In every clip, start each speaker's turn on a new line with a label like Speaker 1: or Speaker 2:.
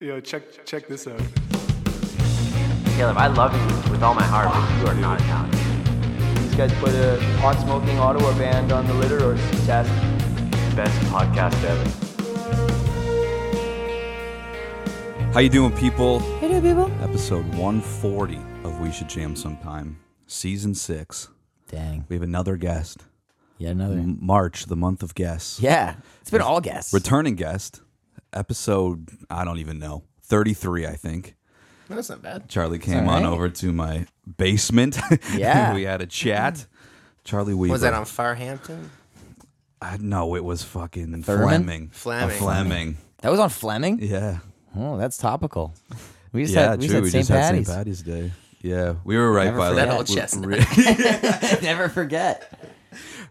Speaker 1: Yo, check check this out.
Speaker 2: Caleb, I love you with all my heart, but you are not Italian.
Speaker 3: These guys put a pot smoking Ottawa band on the litter or test.
Speaker 2: Best podcast ever.
Speaker 4: How you doing, people?
Speaker 5: Hey there, people.
Speaker 4: Episode 140 of We Should Jam Sometime, Season 6.
Speaker 5: Dang.
Speaker 4: We have another guest.
Speaker 5: Yet another.
Speaker 4: M- March, the month of guests.
Speaker 5: Yeah. It's been all guests.
Speaker 4: Returning guest, episode, I don't even know, 33, I think.
Speaker 6: That's not bad.
Speaker 4: Charlie came on
Speaker 5: right.
Speaker 4: over to my basement.
Speaker 5: Yeah.
Speaker 4: we had a chat. Charlie Weaver.
Speaker 6: Was that on Farhampton?
Speaker 4: I, no, it was fucking
Speaker 5: Thurman?
Speaker 4: Fleming.
Speaker 6: Fleming.
Speaker 4: A Fleming.
Speaker 5: that was on Fleming?
Speaker 4: Yeah.
Speaker 5: Oh, that's topical. We just
Speaker 4: yeah,
Speaker 5: had, we
Speaker 4: true.
Speaker 5: just had
Speaker 4: we
Speaker 5: St.
Speaker 4: just had St.
Speaker 5: Patty's.
Speaker 4: Patty's Day. Yeah, we were right
Speaker 5: Never
Speaker 4: by like,
Speaker 5: forget.
Speaker 6: That old
Speaker 4: we-
Speaker 6: chestnut.
Speaker 4: re-
Speaker 5: Never forget.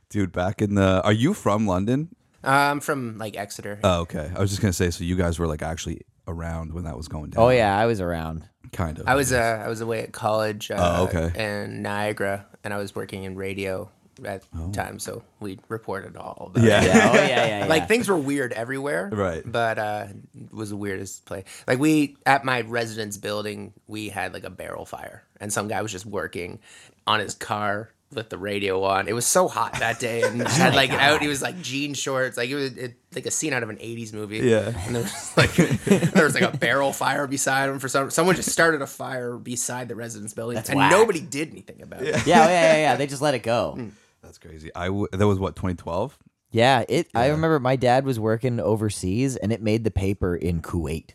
Speaker 4: Dude, back in the. Are you from London?
Speaker 6: Uh, I'm from like Exeter.
Speaker 4: Oh, okay. I was just gonna say, so you guys were like actually around when that was going down.
Speaker 5: Oh, yeah. I was around.
Speaker 4: kind of.
Speaker 6: I was uh, I was away at college. Uh,
Speaker 4: Oh, okay.
Speaker 6: In Niagara, and I was working in radio at the time, so we reported all. About
Speaker 4: Oh. Yeah.
Speaker 6: it.
Speaker 5: Yeah. Oh, yeah, yeah. yeah.
Speaker 6: Like things were weird everywhere,
Speaker 4: Right.
Speaker 6: But uh, it was the weirdest place. Like we at my residence building, we had like a barrel fire, and some guy was just working on his car with the radio on. It was so hot that day,
Speaker 5: Oh
Speaker 6: and just had like out. He was like jean shorts, like it was it, like a scene out of an '80s movie.
Speaker 4: Yeah.
Speaker 6: and there was like there was like a barrel fire beside him for some. Someone just started a fire beside the residence building,
Speaker 5: That's
Speaker 6: and
Speaker 5: whack.
Speaker 6: nobody did anything about it.
Speaker 5: yeah, oh, yeah, yeah, yeah. They just let it go.
Speaker 4: Mm. That's crazy. I w- that was what 2012.
Speaker 5: Yeah, it. I remember my dad was working overseas and it made the paper in Kuwait.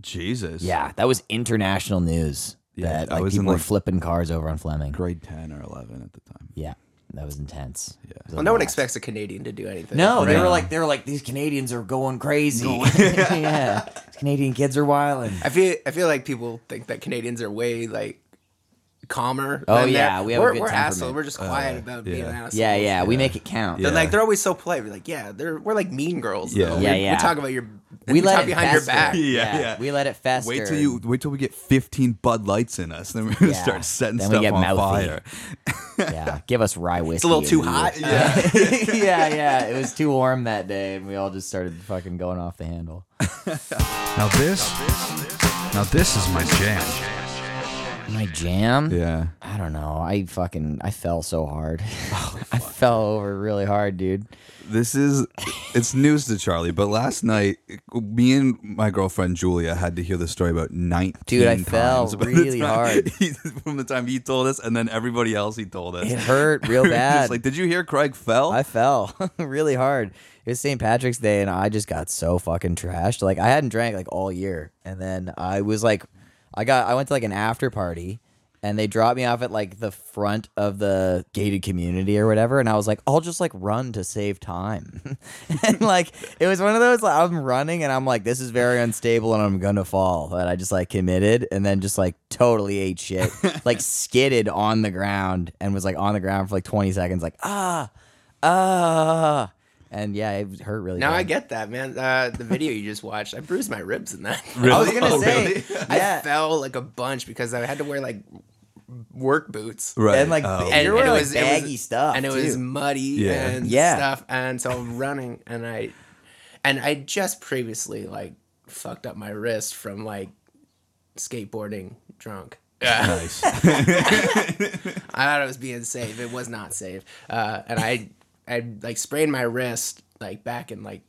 Speaker 4: Jesus.
Speaker 5: Yeah, that was international news.
Speaker 4: Yeah,
Speaker 5: that
Speaker 4: I
Speaker 5: like,
Speaker 4: was in,
Speaker 5: people were
Speaker 4: like-
Speaker 5: flipping cars over on Fleming.
Speaker 4: Grade 10 or 11 at the time.
Speaker 5: Yeah, that was intense. Yeah.
Speaker 6: Well, no one expects a Canadian to do anything.
Speaker 5: No, they
Speaker 4: Yeah.
Speaker 5: were like they were like these Canadians are going crazy. yeah, Canadian kids are wild.
Speaker 6: I feel I feel like people think that Canadians are way like calmer.
Speaker 5: Oh,
Speaker 6: than
Speaker 5: yeah,
Speaker 6: that.
Speaker 5: we have a
Speaker 6: we're,
Speaker 5: good
Speaker 6: we're
Speaker 5: temperament. Oh,
Speaker 6: assholes. We're just quiet about being
Speaker 4: yeah.
Speaker 6: assholes.
Speaker 5: Yeah, yeah, we make it count.
Speaker 6: They're
Speaker 4: Yeah.
Speaker 6: like they're always so polite. We're like, yeah, they're we're like mean girls.
Speaker 4: Yeah.
Speaker 6: though.
Speaker 5: Yeah,
Speaker 6: we,
Speaker 5: yeah.
Speaker 6: We talk about your we,
Speaker 5: We let
Speaker 6: talk
Speaker 5: it
Speaker 6: behind your
Speaker 5: fester.
Speaker 6: back.
Speaker 4: Yeah, yeah.
Speaker 5: we let it fester.
Speaker 4: Wait till you wait till we get 15 Bud Lights in us, then we're gonna
Speaker 5: Yeah.
Speaker 4: start setting
Speaker 5: Then we
Speaker 4: stuff
Speaker 5: get
Speaker 4: on
Speaker 5: mouthy.
Speaker 4: fire.
Speaker 5: yeah, give us rye whiskey.
Speaker 6: It's a little
Speaker 5: and
Speaker 6: too
Speaker 5: we-
Speaker 6: hot.
Speaker 5: yeah, yeah, it was too warm that day, and we all just started fucking going off the handle.
Speaker 4: Now this, now this is my jam.
Speaker 5: My jam.
Speaker 4: Yeah.
Speaker 5: I don't know. I fucking I fell so hard. I fell over really hard, dude.
Speaker 4: This is it's news to Charlie, but last night me and my girlfriend Julia had to hear the story about 19
Speaker 5: Dude, I
Speaker 4: times
Speaker 5: fell
Speaker 4: by the
Speaker 5: really
Speaker 4: time-
Speaker 5: hard.
Speaker 4: he- from the time he told us and then everybody else he told us.
Speaker 5: It hurt real
Speaker 4: We were just
Speaker 5: bad.
Speaker 4: like, did you hear Craig fell?
Speaker 5: I fell really hard. It was St. Patrick's Day, and I just got so fucking trashed. Like I hadn't drank like all year, and then I was like, I got I went to like an after party, and they dropped me off at like the front of the gated community or whatever, and I was like, I'll just like run to save time, and like it was one of those like I'm running and I'm like this is very unstable and I'm gonna fall, and I just like committed and then just like totally ate shit, like skidded on the ground and was like on the ground for like 20 seconds, like ah ah. And yeah, it hurt really
Speaker 6: Now
Speaker 5: bad.
Speaker 6: I get that, man. Uh, the video you just watched, I bruised my ribs in that.
Speaker 5: I was gonna
Speaker 4: Oh,
Speaker 5: say,
Speaker 4: really?
Speaker 6: I
Speaker 5: yeah,
Speaker 6: fell like a bunch because I had to wear like work boots.
Speaker 4: right.
Speaker 5: and like
Speaker 4: Oh.
Speaker 5: and,
Speaker 6: And,
Speaker 5: you were
Speaker 6: and
Speaker 5: like
Speaker 6: it was it was-
Speaker 5: baggy stuff,
Speaker 6: and it
Speaker 5: too.
Speaker 6: was muddy
Speaker 4: Yeah.
Speaker 6: and
Speaker 5: Yeah.
Speaker 6: stuff. And so I'm running, and I, and I just previously like fucked up my wrist from like skateboarding drunk.
Speaker 4: nice.
Speaker 6: I thought it was being safe. It was not safe. Uh, and I, I like sprained my wrist like back in like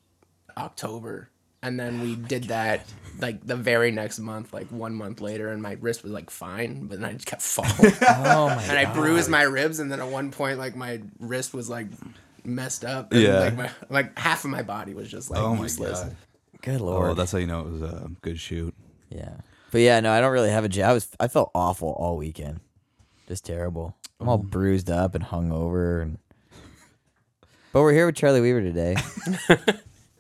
Speaker 6: October, and then we did that like the very next month, like one month later, and my wrist was like fine, but then I just kept falling.
Speaker 5: Oh my
Speaker 6: and I bruised my ribs, and then at one point, like my wrist was like messed up. And,
Speaker 4: Yeah.
Speaker 6: Like, my, like half of my body was just like
Speaker 4: Oh my
Speaker 6: useless.
Speaker 4: God.
Speaker 5: good lord.
Speaker 4: Oh, that's how you know it was a good shoot.
Speaker 5: yeah, but yeah, no, I don't really have a jab. I was I felt awful all weekend, just terrible. I'm
Speaker 6: Mm.
Speaker 5: all bruised up and hungover, and but we're here with Charlie Weaver today.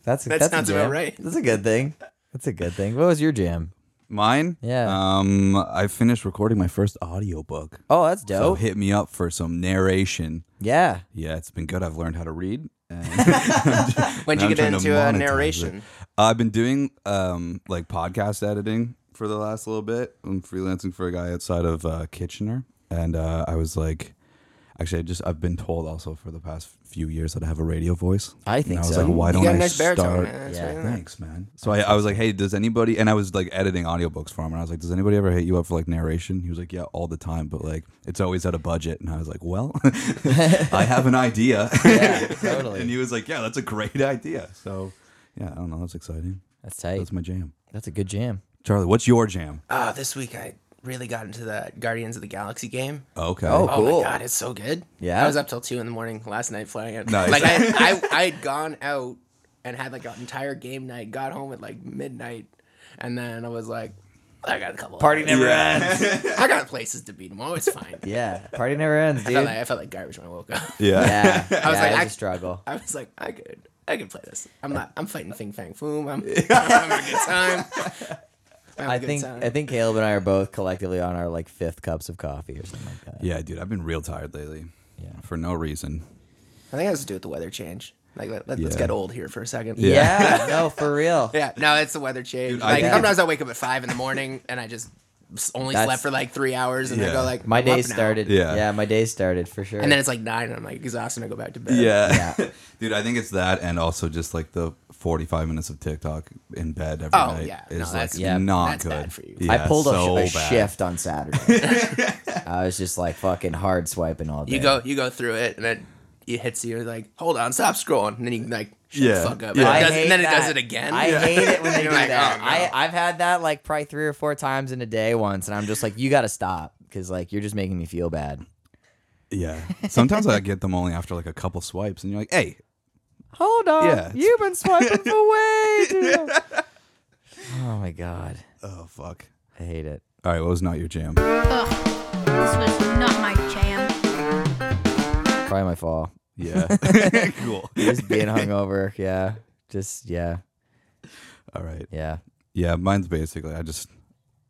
Speaker 5: that's a, that's
Speaker 6: That
Speaker 5: a
Speaker 6: sounds
Speaker 5: jam.
Speaker 6: about right.
Speaker 5: That's a good thing. That's a good thing. What was your jam?
Speaker 4: Mine?
Speaker 5: Yeah.
Speaker 4: Um, I finished recording my first audiobook.
Speaker 5: Oh, that's
Speaker 4: So
Speaker 5: dope.
Speaker 4: hit me up for some narration.
Speaker 5: yeah.
Speaker 4: Yeah, it's been good. I've learned how to read. And
Speaker 6: When'd
Speaker 4: Now I'm
Speaker 6: you get
Speaker 4: trying to
Speaker 6: into uh,
Speaker 4: monetize it. Uh,
Speaker 6: narration?
Speaker 4: I've been doing um like podcast editing for the last little bit. I'm freelancing for a guy outside of uh, Kitchener, and uh, I was like, Actually, I just I've been told also for the past few years that I have a radio voice.
Speaker 5: I
Speaker 4: And
Speaker 5: think
Speaker 4: I was
Speaker 5: so.
Speaker 4: like, why
Speaker 6: You
Speaker 4: don't
Speaker 6: got a
Speaker 4: I
Speaker 6: nice
Speaker 4: start?
Speaker 6: baritone, man. That's
Speaker 5: Yeah.
Speaker 6: really nice.
Speaker 4: Thanks, man. So I, I was like, hey, does anybody? And I was like editing audiobooks for him, and I was like, does anybody ever hit you up for like narration? He was like, yeah, all the time, but like it's always at a budget. And I was like, well, I have an idea.
Speaker 5: Yeah, totally.
Speaker 4: and he was like, yeah, that's a great idea. So yeah, I don't know, that's exciting.
Speaker 5: That's tight.
Speaker 4: That's my jam.
Speaker 5: That's a good jam.
Speaker 4: Charlie, what's your jam?
Speaker 6: Ah, this week I really got into the Guardians of the Galaxy game.
Speaker 4: Okay.
Speaker 5: Oh,
Speaker 6: Oh
Speaker 5: Cool.
Speaker 6: my god, it's so good.
Speaker 5: Yeah?
Speaker 6: I was up till two in the morning last night playing it.
Speaker 4: Nice.
Speaker 6: Like I, I, I had gone out and had like an entire game night. Got home at like midnight, and then I was like, I got a couple. Party
Speaker 5: never
Speaker 6: I got places to be tomorrow. It's fine.
Speaker 5: Yeah, party never ends,
Speaker 6: I
Speaker 5: dude.
Speaker 6: felt, like, I felt like garbage when I woke up.
Speaker 4: yeah.
Speaker 5: yeah, yeah,
Speaker 6: I was like,
Speaker 5: it was
Speaker 6: I-
Speaker 5: a struggle.
Speaker 6: I was like, I could, I could play this. I'm not. I'm fighting Fing Fang Foom. I'm, I'm having a good time. I'm having
Speaker 5: I
Speaker 6: a good
Speaker 5: think
Speaker 6: time.
Speaker 5: I think Caleb and I are both collectively on our like fifth cups of coffee or something like that.
Speaker 4: Yeah, dude, I've been real tired lately.
Speaker 5: Yeah.
Speaker 4: For no reason.
Speaker 6: I think it has to do with the weather change. Like, let, let, us
Speaker 4: Yeah.
Speaker 6: get old here for a second.
Speaker 5: Yeah, no, for real.
Speaker 6: Yeah, no, it's the weather change.
Speaker 4: Dude, I
Speaker 6: like
Speaker 4: think-
Speaker 6: sometimes I wake up at five in the morning and I just s- only
Speaker 5: That's-
Speaker 6: slept for like three hours, and I
Speaker 4: Yeah.
Speaker 6: go like
Speaker 5: My
Speaker 6: I'm up
Speaker 5: day
Speaker 6: now.
Speaker 5: started.
Speaker 4: Yeah.
Speaker 5: yeah, my day started for sure.
Speaker 6: and then it's like nine, and I'm like exhausted, and I go back to bed.
Speaker 4: Yeah. Dude, I think it's that and also just like the 45 minutes of TikTok in bed every
Speaker 6: Oh,
Speaker 4: night
Speaker 6: yeah.
Speaker 4: is
Speaker 6: No,
Speaker 4: like
Speaker 6: that's-
Speaker 5: yeah,
Speaker 4: not
Speaker 6: that's
Speaker 4: good.
Speaker 6: bad for you.
Speaker 5: I pulled up
Speaker 4: so
Speaker 5: a
Speaker 4: bad.
Speaker 5: shift on Saturday. I was just like fucking hard swiping all day.
Speaker 6: you go, you go through it, and then it hits you. You're like, hold on, stop scrolling, and then you like, shut
Speaker 4: Yeah.
Speaker 6: the fuck up.
Speaker 4: Yeah.
Speaker 6: And,
Speaker 5: I
Speaker 6: it does,
Speaker 5: hate
Speaker 6: and then it does
Speaker 5: that.
Speaker 6: it again.
Speaker 5: I hate it when they do
Speaker 6: You're like,
Speaker 5: that.
Speaker 6: oh, no.
Speaker 5: I, I've had that like probably three or four times in a day once, and I'm just like, you got to stop because like you're just making me feel bad.
Speaker 4: Yeah. Sometimes I get them only after like a couple swipes and you're like, hey,
Speaker 5: Hold on,
Speaker 4: Yeah, it's-
Speaker 5: you've been swiping for way too long. Oh my god,
Speaker 4: oh, fuck.
Speaker 5: I hate it.
Speaker 4: All right, what was not your jam?
Speaker 1: This was not my jam.
Speaker 5: Probably my fall.
Speaker 4: Yeah. cool.
Speaker 5: Just being hungover. Yeah, just yeah,
Speaker 4: All right.
Speaker 5: yeah.
Speaker 4: Yeah, mine's basically I just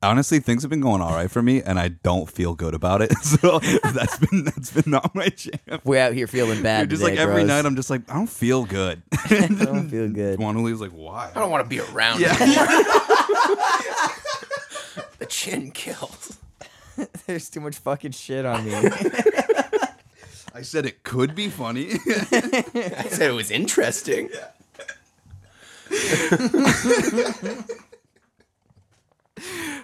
Speaker 4: honestly things have been going all right for me and I don't feel good about it. So that's been that's been not my jam.
Speaker 5: We're out here feeling bad.
Speaker 4: Dude, just
Speaker 5: today,
Speaker 4: like every
Speaker 5: bros.
Speaker 4: night I'm just like, I don't feel good.
Speaker 5: I don't feel good.
Speaker 4: Juan Julio's like, why?
Speaker 6: I don't want to be around.
Speaker 4: Yeah.
Speaker 6: anymore. the chin kills.
Speaker 5: There's too much fucking shit on me.
Speaker 4: I said it could be funny.
Speaker 6: I said it was interesting.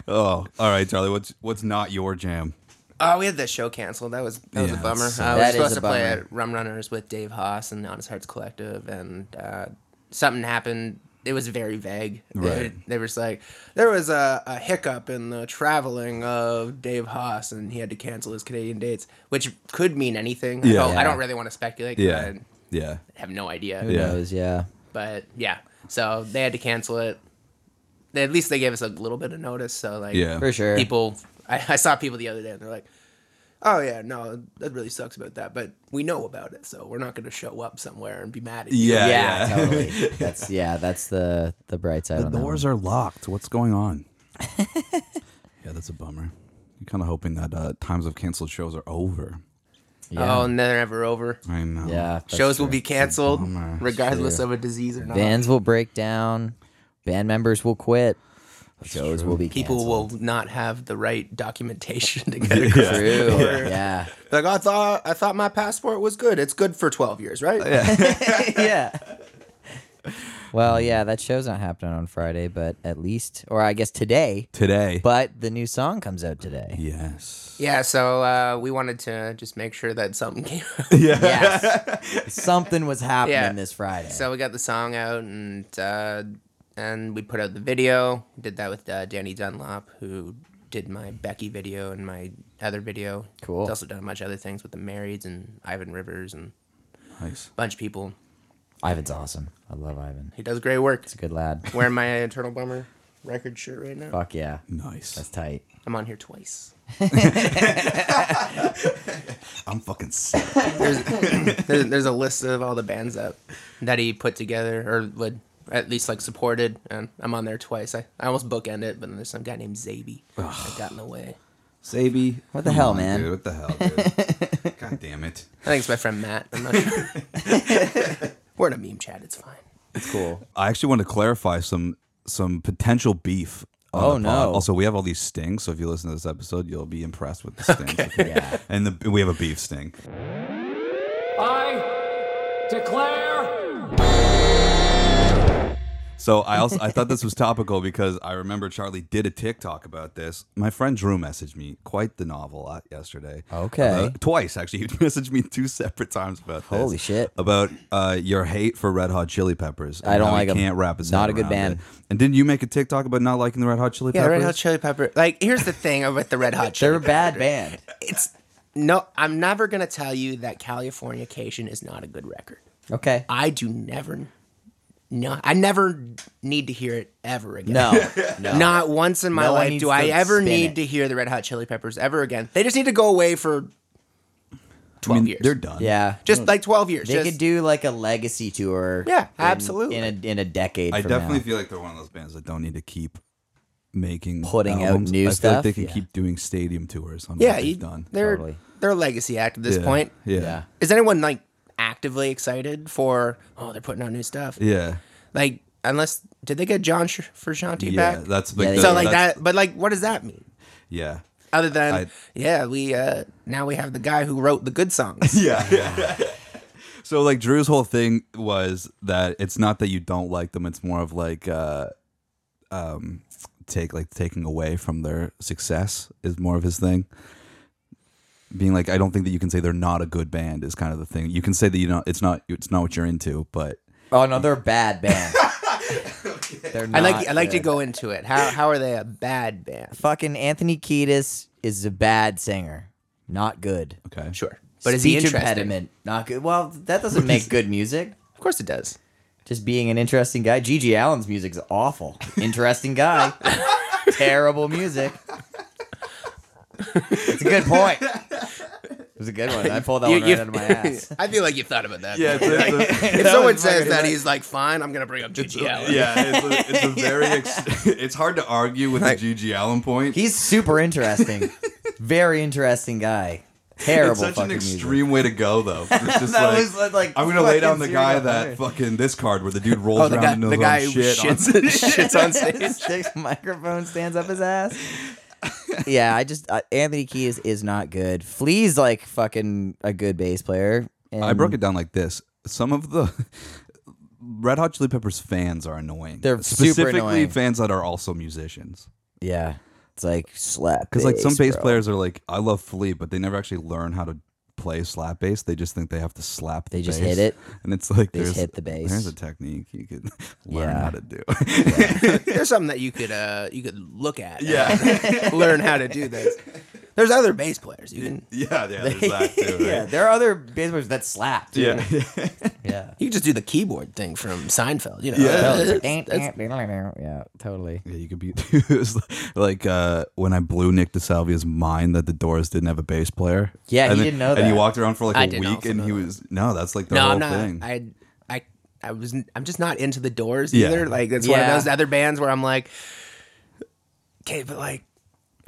Speaker 4: oh, all right, Charlie. What's what's not your jam?
Speaker 6: Oh, we had the show canceled. That was that was
Speaker 4: Yeah,
Speaker 6: a bummer.
Speaker 4: that
Speaker 6: I
Speaker 5: sucks.
Speaker 6: was supposed
Speaker 5: That is a
Speaker 6: to play
Speaker 5: bummer.
Speaker 6: at Rum Runners with Dave Haas and the Honest Hearts Collective, and uh, something happened. It was very vague. They-
Speaker 4: Right.
Speaker 6: They, were just like, there was a, a hiccup in the traveling of Dave Haas, and he had to cancel his Canadian dates, which could mean anything.
Speaker 4: Yeah.
Speaker 6: I, don't, I don't really want to speculate. 'cause
Speaker 4: Yeah, yeah.
Speaker 6: I have no idea.
Speaker 5: Who
Speaker 4: Yeah.
Speaker 5: knows? Yeah.
Speaker 6: But yeah, so they had to cancel it. At least they gave us a little bit of notice. So like,
Speaker 4: Yeah.
Speaker 5: For sure.
Speaker 6: people I, I saw people the other day and they're like oh yeah no that really sucks about that but we know about it so we're not going to show up somewhere and be mad at you
Speaker 4: Yeah,
Speaker 5: yeah, totally. That's yeah, that's the the bright side.
Speaker 4: The doors are locked. What's going on? yeah, that's a bummer. You're kind of hoping that uh, times of canceled shows are over.
Speaker 5: Yeah.
Speaker 6: oh and they're never over
Speaker 4: I know.
Speaker 5: yeah. that's
Speaker 6: shows will
Speaker 5: true.
Speaker 6: be canceled
Speaker 4: bummer.
Speaker 6: regardless
Speaker 5: Sure.
Speaker 6: of a disease or not
Speaker 5: bands will break down. Band members will quit. shows will be
Speaker 6: people
Speaker 5: canceled.
Speaker 6: will not have the right documentation to get
Speaker 4: Yeah.
Speaker 6: across the
Speaker 5: True.
Speaker 6: border.
Speaker 5: Yeah.
Speaker 6: like i thought i thought my passport was good it's good for 12 years right
Speaker 5: yeah. Well, yeah, that show's not happening on Friday, but at least, or I guess today.
Speaker 4: Today.
Speaker 5: But the new song comes out today.
Speaker 4: yes.
Speaker 6: yeah so uh, we wanted to just make sure that something came out
Speaker 5: Yes, something was happening
Speaker 6: Yeah.
Speaker 5: this Friday.
Speaker 6: So we got the song out and uh, and we put out the video. Did that with uh, Danny Dunlop, who did my Becky video and my other video.
Speaker 5: Cool.
Speaker 6: He's also done a bunch of other things with the Marrieds and Ivan Rivers and
Speaker 4: Nice.
Speaker 6: a bunch of people.
Speaker 5: Ivan's awesome. I love Ivan.
Speaker 6: He does great work.
Speaker 5: He's a good lad.
Speaker 6: Wearing my Eternal Bummer record shirt right now.
Speaker 5: Fuck yeah, that's
Speaker 4: Nice.
Speaker 5: tight.
Speaker 6: I'm on here twice.
Speaker 4: I'm fucking sick.
Speaker 6: There's, there's there's a list of all the bands that that he put together or would at least like supported, and I'm on there twice. I, I almost bookend it, but then there's some guy named Zaby that got in the way.
Speaker 4: Sabi.
Speaker 5: What the hell, man?
Speaker 4: Dude, what the hell, dude? God damn it.
Speaker 6: I think it's my friend Matt. I'm not sure. We're in a meme chat. It's fine.
Speaker 5: It's cool.
Speaker 4: I actually want to clarify some some potential beef. on
Speaker 5: Oh,
Speaker 4: the pod.
Speaker 5: no.
Speaker 4: Also, we have all these stings, so if you listen to this episode, you'll be impressed with the stings.
Speaker 5: Yeah.
Speaker 4: And the, we have a beef sting.
Speaker 7: Declare.
Speaker 4: So I also I thought this was topical because I remember Charlie did a TikTok about this. My friend Drew messaged me quite the novel uh, yesterday.
Speaker 5: Okay.
Speaker 4: about- uh, twice actually. He messaged me two separate times about this.
Speaker 5: Holy shit.
Speaker 4: About uh, your hate for Red Hot Chili Peppers. and
Speaker 5: I don't
Speaker 4: how he
Speaker 5: like 'em.
Speaker 4: Can't wrap his
Speaker 5: Not
Speaker 4: head
Speaker 5: a good
Speaker 4: around
Speaker 5: band.
Speaker 4: it. And didn't you make a TikTok about not liking the Red Hot Chili
Speaker 6: Yeah,
Speaker 4: Peppers?
Speaker 6: Red Hot Chili Pepper. Like, here's the thing about the Red Hot
Speaker 5: They're
Speaker 6: Chili.
Speaker 5: a bad band.
Speaker 6: It's no, I'm never gonna tell you that Californication is not a good record.
Speaker 5: Okay.
Speaker 6: I do never, no, I never need to hear it ever again.
Speaker 5: No. No.
Speaker 6: Not once in my
Speaker 5: No one
Speaker 6: life
Speaker 5: needs
Speaker 6: do I
Speaker 5: to
Speaker 6: ever
Speaker 5: spin
Speaker 6: need
Speaker 5: it.
Speaker 6: to hear the Red Hot Chili Peppers ever again. They just need to go away for
Speaker 4: I
Speaker 6: twelve
Speaker 4: mean,
Speaker 6: years.
Speaker 4: they're done.
Speaker 5: Yeah.
Speaker 6: Just like twelve years.
Speaker 5: they
Speaker 6: just,
Speaker 5: could do like a legacy tour.
Speaker 6: Yeah,
Speaker 5: in-
Speaker 6: absolutely.
Speaker 5: In a in a decade.
Speaker 4: I
Speaker 5: from
Speaker 4: definitely
Speaker 5: now.
Speaker 4: feel like they're one of those bands that don't need to keep making
Speaker 5: Putting out
Speaker 4: albums.
Speaker 5: new
Speaker 4: I feel Like
Speaker 5: stuff?
Speaker 4: they can
Speaker 5: Yeah.
Speaker 4: keep doing stadium tours on
Speaker 6: yeah,
Speaker 4: what
Speaker 6: you,
Speaker 4: they've done.
Speaker 6: they're
Speaker 5: Totally.
Speaker 6: they're a legacy act at this
Speaker 4: Yeah,
Speaker 6: point.
Speaker 4: yeah.
Speaker 5: Yeah.
Speaker 6: Is anyone like actively excited for? Oh, they're putting out new stuff.
Speaker 4: Yeah.
Speaker 6: Like, unless did they get John Sh- Frusciante
Speaker 4: Yeah,
Speaker 6: back?
Speaker 4: that's like
Speaker 5: Yeah,
Speaker 4: the-
Speaker 5: they-
Speaker 6: so like
Speaker 4: that's-
Speaker 6: that. But like, what does that mean?
Speaker 4: Yeah,
Speaker 6: Other than
Speaker 4: I-
Speaker 6: yeah, we uh now we have the guy who wrote the good songs.
Speaker 4: yeah. so like Drew's whole thing was that it's not that you don't like them; it's more of like, uh, um, take like taking away from their success is more of his thing. Being like, I don't think that you can say they're not a good band is kind of the thing. You can say that you know it's not it's not what you're into, but
Speaker 5: Oh no, they're a bad band. They're
Speaker 6: I
Speaker 5: not
Speaker 6: like I like to
Speaker 5: good.
Speaker 6: go into it. How how are they a bad band?
Speaker 5: Fucking Anthony Kiedis is a bad singer. Not good.
Speaker 4: okay,
Speaker 6: Sure, but is
Speaker 5: Speech
Speaker 6: he interesting?
Speaker 5: impediment? Not good. Well, that doesn't make good music.
Speaker 6: Of course it does.
Speaker 5: Just being an interesting guy. Gigi Allen's music's awful. Interesting guy. Terrible music. It's a good point. It was a good one. I pulled that
Speaker 6: You-
Speaker 5: one right
Speaker 6: you've-
Speaker 5: out of my ass.
Speaker 6: I feel like you thought about that.
Speaker 4: yeah, it's a, it's a-
Speaker 6: If someone says that he's like fine, I'm gonna bring up Gigi Allen.
Speaker 4: yeah, it's a, it's a very ex- it's hard to argue with the Gigi Allen point.
Speaker 5: He's super interesting. Very interesting guy. Terrible
Speaker 4: it's such an
Speaker 5: fucking music.
Speaker 4: extreme way to go, though. It's just
Speaker 5: That
Speaker 4: like,
Speaker 5: was, like,
Speaker 4: I'm gonna lay down the
Speaker 5: fucking
Speaker 4: guy
Speaker 5: zero
Speaker 4: that
Speaker 5: point.
Speaker 4: fucking this card where the dude rolls
Speaker 6: Oh, the
Speaker 4: around
Speaker 6: guy,
Speaker 4: and knows
Speaker 6: the guy
Speaker 4: on
Speaker 6: who
Speaker 4: shit. on-
Speaker 6: shits, shits on stage.
Speaker 5: Sticks a microphone, stands up his ass. yeah, I just uh, Anthony Kiedis is not good. Flea's like fucking a good bass player. And
Speaker 4: I broke it down like this: some of the Red Hot Chili Peppers fans are annoying.
Speaker 5: They're super
Speaker 4: specifically
Speaker 5: annoying.
Speaker 4: fans that are also musicians.
Speaker 5: Yeah, it's like slap.
Speaker 4: Because like some bass
Speaker 5: bro.
Speaker 4: players are like, I love Flea, but they never actually learn how to play slap bass. They just think they have to slap.
Speaker 5: They
Speaker 4: the
Speaker 5: just
Speaker 4: bass.
Speaker 5: hit it.
Speaker 4: and it's like
Speaker 5: They
Speaker 4: there's
Speaker 5: just hit the bass.
Speaker 4: There's a technique you could learn
Speaker 5: Yeah.
Speaker 4: how to do.
Speaker 6: There's something that you could uh you could look at.
Speaker 4: yeah,
Speaker 6: and learn how to do this. There's other bass players. You can
Speaker 4: yeah, yeah. There's that too. Right?
Speaker 5: yeah, there are other bass players that slap. Too.
Speaker 4: yeah.
Speaker 5: yeah.
Speaker 6: you can just do the keyboard thing from Seinfeld. You know.
Speaker 4: Yeah.
Speaker 5: yeah, totally.
Speaker 4: Yeah, you could be it was like uh, when I blew Nick DeSalvia's mind that the Doors didn't have a bass player.
Speaker 5: Yeah,
Speaker 4: and
Speaker 5: he
Speaker 4: then-
Speaker 5: didn't know
Speaker 4: And he
Speaker 5: that.
Speaker 4: walked around for like a
Speaker 6: I didn't
Speaker 4: week,
Speaker 6: also
Speaker 4: and
Speaker 6: know
Speaker 4: he
Speaker 6: that.
Speaker 4: was no, that's like the
Speaker 6: No,
Speaker 4: whole
Speaker 6: I'm not.
Speaker 4: thing.
Speaker 6: I I I was I'm just not into the Doors
Speaker 4: Yeah.
Speaker 6: either. Like it's one
Speaker 5: Yeah.
Speaker 6: of those other bands where I'm like, okay, but like,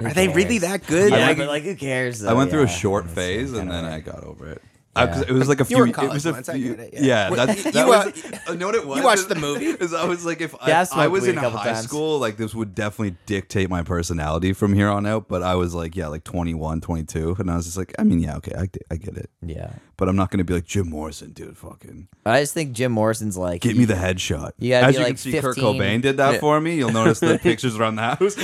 Speaker 6: are they really
Speaker 5: cares?
Speaker 6: that good?
Speaker 5: Yeah,
Speaker 6: Like,
Speaker 5: but like, who cares? Though?
Speaker 4: I went through a
Speaker 5: Yeah.
Speaker 4: short phase, and then I got over it. I- 'cause it was like a few.
Speaker 6: were in
Speaker 4: it was
Speaker 6: college
Speaker 4: a
Speaker 6: once, I
Speaker 4: few-
Speaker 6: get it,
Speaker 4: yeah.
Speaker 6: yeah.
Speaker 4: that's, that
Speaker 6: You,
Speaker 4: was,
Speaker 6: uh,
Speaker 4: you know what it was.
Speaker 6: watched the movie?
Speaker 4: Is I was like, if
Speaker 5: Yeah, I
Speaker 4: I, I
Speaker 5: smoked
Speaker 4: was
Speaker 5: weed
Speaker 4: in
Speaker 5: a couple
Speaker 4: high
Speaker 5: times.
Speaker 4: school, like this would definitely dictate my personality from here on out. But I was like, yeah, like 21, 22. and I was just like, I mean, yeah, okay, I, I get it.
Speaker 5: Yeah,
Speaker 4: But I'm not gonna be like Jim Morrison, dude. Fucking.
Speaker 5: I just think Jim Morrison's like
Speaker 4: Get me the headshot.
Speaker 5: You gotta
Speaker 4: As
Speaker 5: be
Speaker 4: you can
Speaker 5: like
Speaker 4: see, Kurt
Speaker 5: 15.
Speaker 4: Cobain did that
Speaker 5: Yeah.
Speaker 4: for me. You'll notice the pictures around the house.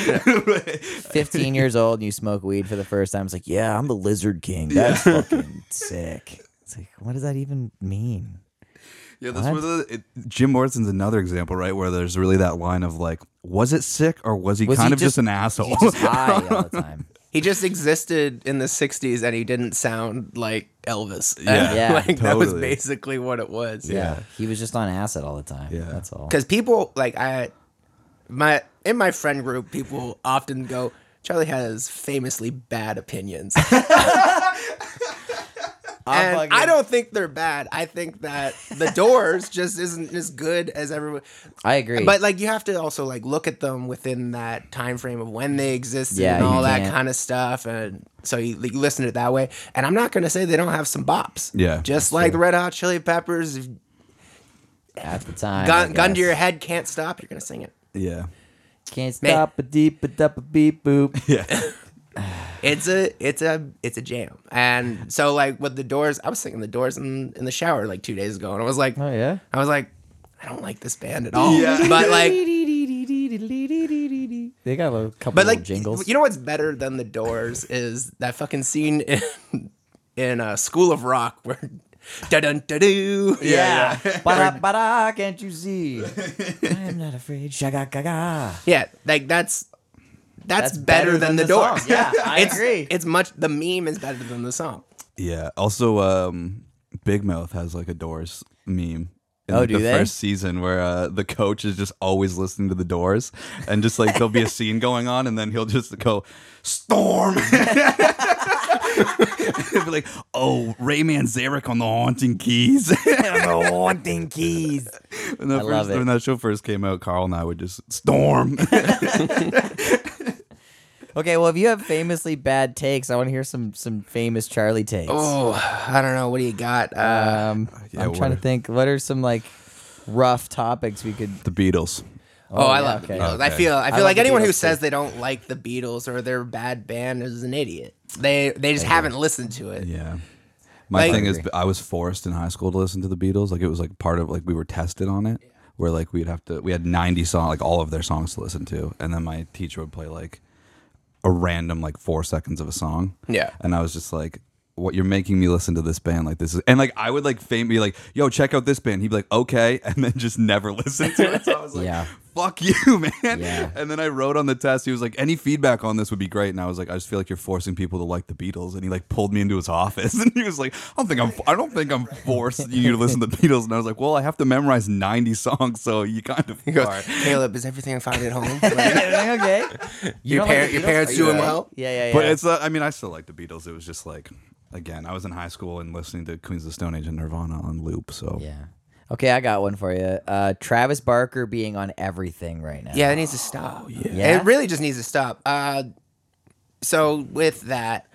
Speaker 5: 15 years old and you smoke weed for the first time. It's like, yeah, I'm the Lizard King. That's fucking sick. It's like, what does that even mean?
Speaker 4: yeah, this
Speaker 5: What?
Speaker 4: was a, it, Jim Morrison's another example, right? Where there's really that line of like, was it sick or was he
Speaker 5: Was
Speaker 4: kind
Speaker 5: he
Speaker 4: of just,
Speaker 5: just-
Speaker 4: an asshole?
Speaker 5: He's just high all the time.
Speaker 6: he just existed in the '60s and he didn't sound like Elvis.
Speaker 4: Yeah.
Speaker 5: Yeah,
Speaker 6: like that was
Speaker 4: totally.
Speaker 6: basically what it was.
Speaker 5: Yeah. He was just on acid all the time.
Speaker 4: Yeah.
Speaker 5: Yeah. That's all.
Speaker 6: because people like I, my in my friend group, people often go, Charlie has famously bad opinions, and
Speaker 5: fucking-
Speaker 6: I don't think they're bad. I think that the Doors just isn't as good as everyone.
Speaker 5: I agree.
Speaker 6: But like, you have to also like look at them within that time frame of when they existed
Speaker 5: Yeah,
Speaker 6: and
Speaker 5: you
Speaker 6: all that
Speaker 5: can't-
Speaker 6: kind of stuff, and so you, like, you listen to it that way. And I'm not gonna say they don't have some bops.
Speaker 4: Yeah,
Speaker 6: just
Speaker 4: that's
Speaker 6: like
Speaker 4: true.
Speaker 6: the Red Hot Chili Peppers, if
Speaker 5: at the time.
Speaker 6: gun,
Speaker 5: I
Speaker 6: gun to
Speaker 5: guess.
Speaker 6: your head, can't stop. You're gonna sing it.
Speaker 4: yeah.
Speaker 5: Can't
Speaker 6: Man.
Speaker 5: stop a deep a dup a beep boop.
Speaker 4: Yeah.
Speaker 6: it's a it's a it's a jam. And so like with the doors, I was singing the doors in in the shower like two days ago, and I was like,
Speaker 5: Oh, yeah?
Speaker 6: I was like, I don't like this band at all. But like.
Speaker 5: They got a couple
Speaker 6: But like
Speaker 5: jingles.
Speaker 6: You know what's better than the Doors is that fucking scene in in uh, School of Rock where da dun da doo.
Speaker 5: yeah. ba-da, ba-da, can't you see? I'm not afraid. Shaga gaga.
Speaker 6: yeah, like that's that's, better, than, the,
Speaker 5: song.
Speaker 6: Doors.
Speaker 5: Yeah, I
Speaker 6: it's,
Speaker 5: agree.
Speaker 6: It's much the meme is better than the song.
Speaker 4: Yeah. Also, um, Big Mouth has like a Doors meme. In,
Speaker 5: Oh,
Speaker 4: like,
Speaker 5: do
Speaker 4: the
Speaker 5: they?
Speaker 4: first season where uh, the coach is just always listening to the Doors, and just like there'll be a scene going on, and then he'll just go storm. He'll be like, "Oh, Ray Manzarek on the Haunting Keys."
Speaker 5: Haunting keys.
Speaker 4: when, that
Speaker 5: I love
Speaker 4: first-
Speaker 5: it.
Speaker 4: when that show first came out, Carl and I would just storm.
Speaker 5: Okay, well, if you have famously bad takes, I want to hear some some famous Charlie takes.
Speaker 6: Oh, I don't know. What do you got? Uh,
Speaker 5: Um,
Speaker 4: Yeah,
Speaker 5: I'm
Speaker 4: what
Speaker 5: trying
Speaker 4: are-
Speaker 5: to think. What are some like rough topics we could?
Speaker 4: the Beatles.
Speaker 6: oh, I
Speaker 5: yeah,
Speaker 6: love
Speaker 5: okay.
Speaker 6: the Beatles. I
Speaker 4: Okay.
Speaker 6: feel I feel
Speaker 5: love
Speaker 6: like
Speaker 5: the
Speaker 6: anyone who
Speaker 5: Beatles,
Speaker 6: says they don't like the Beatles or they're a bad band is an idiot. They they just haven't listened to it.
Speaker 4: Yeah. My
Speaker 6: Like-
Speaker 4: thing is, I was forced in high school to listen to the Beatles. Like it was like part of like we were tested on it, where like we'd have to we had ninety song like all of their songs to listen to, and then my teacher would play like a random like four seconds of a song.
Speaker 6: Yeah.
Speaker 4: and I was just like. What you're making me listen to this band like this is and like I would like fame be like yo check out this band he'd be like okay and then just never listen to it so I was like
Speaker 5: Yeah.
Speaker 4: fuck you man
Speaker 5: Yeah.
Speaker 4: and then I wrote on the test he was like any feedback on this would be great and I was like I just feel like you're forcing people to like the Beatles and he like pulled me into his office and he was like I don't think I'm I don't think I'm forcing you to listen to the Beatles and I was like well I have to memorize 90 songs so you kind of
Speaker 6: He goes,
Speaker 4: are.
Speaker 6: Caleb, is everything fine at home?
Speaker 5: Everything okay? You
Speaker 6: your
Speaker 5: don't like
Speaker 6: par-
Speaker 5: the
Speaker 6: your
Speaker 5: Beatles?
Speaker 6: parents
Speaker 5: Are
Speaker 6: doing
Speaker 5: you-
Speaker 6: well?
Speaker 5: Yeah, yeah, yeah.
Speaker 4: But it's, uh, I mean, I still like the Beatles. It was just like, again, I was in high school and listening to Queens of the Stone Age and Nirvana on loop. So,
Speaker 5: yeah. Okay, I got one for you. Uh, Travis Barker being on everything right now.
Speaker 6: Yeah, it needs to
Speaker 4: Oh,
Speaker 6: stop.
Speaker 5: Yeah?
Speaker 6: It really just needs to stop. Uh, so with that,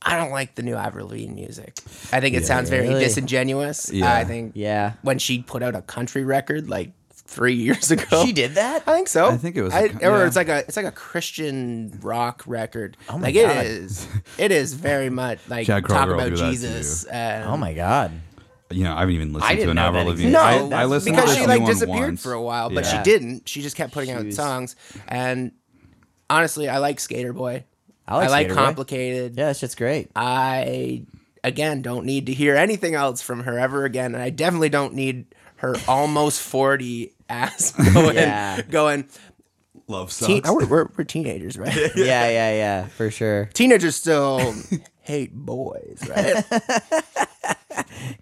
Speaker 6: I don't like the new Avril Lavigne music. I think it sounds very
Speaker 5: Really?
Speaker 6: disingenuous.
Speaker 4: Yeah.
Speaker 6: I think
Speaker 5: Yeah.
Speaker 6: when she put out a country record like three years ago,
Speaker 5: She did that.
Speaker 6: I think so.
Speaker 4: I think it was a
Speaker 6: I,
Speaker 4: co-
Speaker 6: or
Speaker 4: yeah.
Speaker 6: it's like a it's like a Christian rock record. Oh
Speaker 5: my
Speaker 6: like
Speaker 5: God.
Speaker 6: it is, it is very much like
Speaker 4: Chad
Speaker 6: talk
Speaker 4: Kroeger will
Speaker 6: about
Speaker 4: do that to
Speaker 6: Jesus. And
Speaker 5: Oh my god.
Speaker 4: you know, I haven't even
Speaker 5: I
Speaker 4: listened to
Speaker 5: didn't
Speaker 4: an
Speaker 5: know
Speaker 4: Avril
Speaker 5: that
Speaker 4: Lavigne.
Speaker 6: No,
Speaker 4: I, I
Speaker 5: that's
Speaker 4: listened
Speaker 6: because
Speaker 4: to
Speaker 6: she
Speaker 4: this
Speaker 6: like
Speaker 4: new one
Speaker 6: disappeared
Speaker 4: once.
Speaker 6: for a while, but
Speaker 5: Yeah.
Speaker 6: she didn't. She just kept putting out
Speaker 5: was-
Speaker 6: songs. And honestly, I like Skater Boy.
Speaker 5: I like Skater Boy.
Speaker 6: complicated.
Speaker 5: Yeah, that shit's great.
Speaker 6: I again don't need to hear anything else from her ever again, and I definitely don't need her almost forty ass going
Speaker 5: Yeah.
Speaker 6: going.
Speaker 4: Love
Speaker 6: Teen-
Speaker 4: sucks.
Speaker 6: oh, we're, we're, we're teenagers, right?
Speaker 5: yeah, yeah, yeah, for sure.
Speaker 6: teenagers still hate boys, right?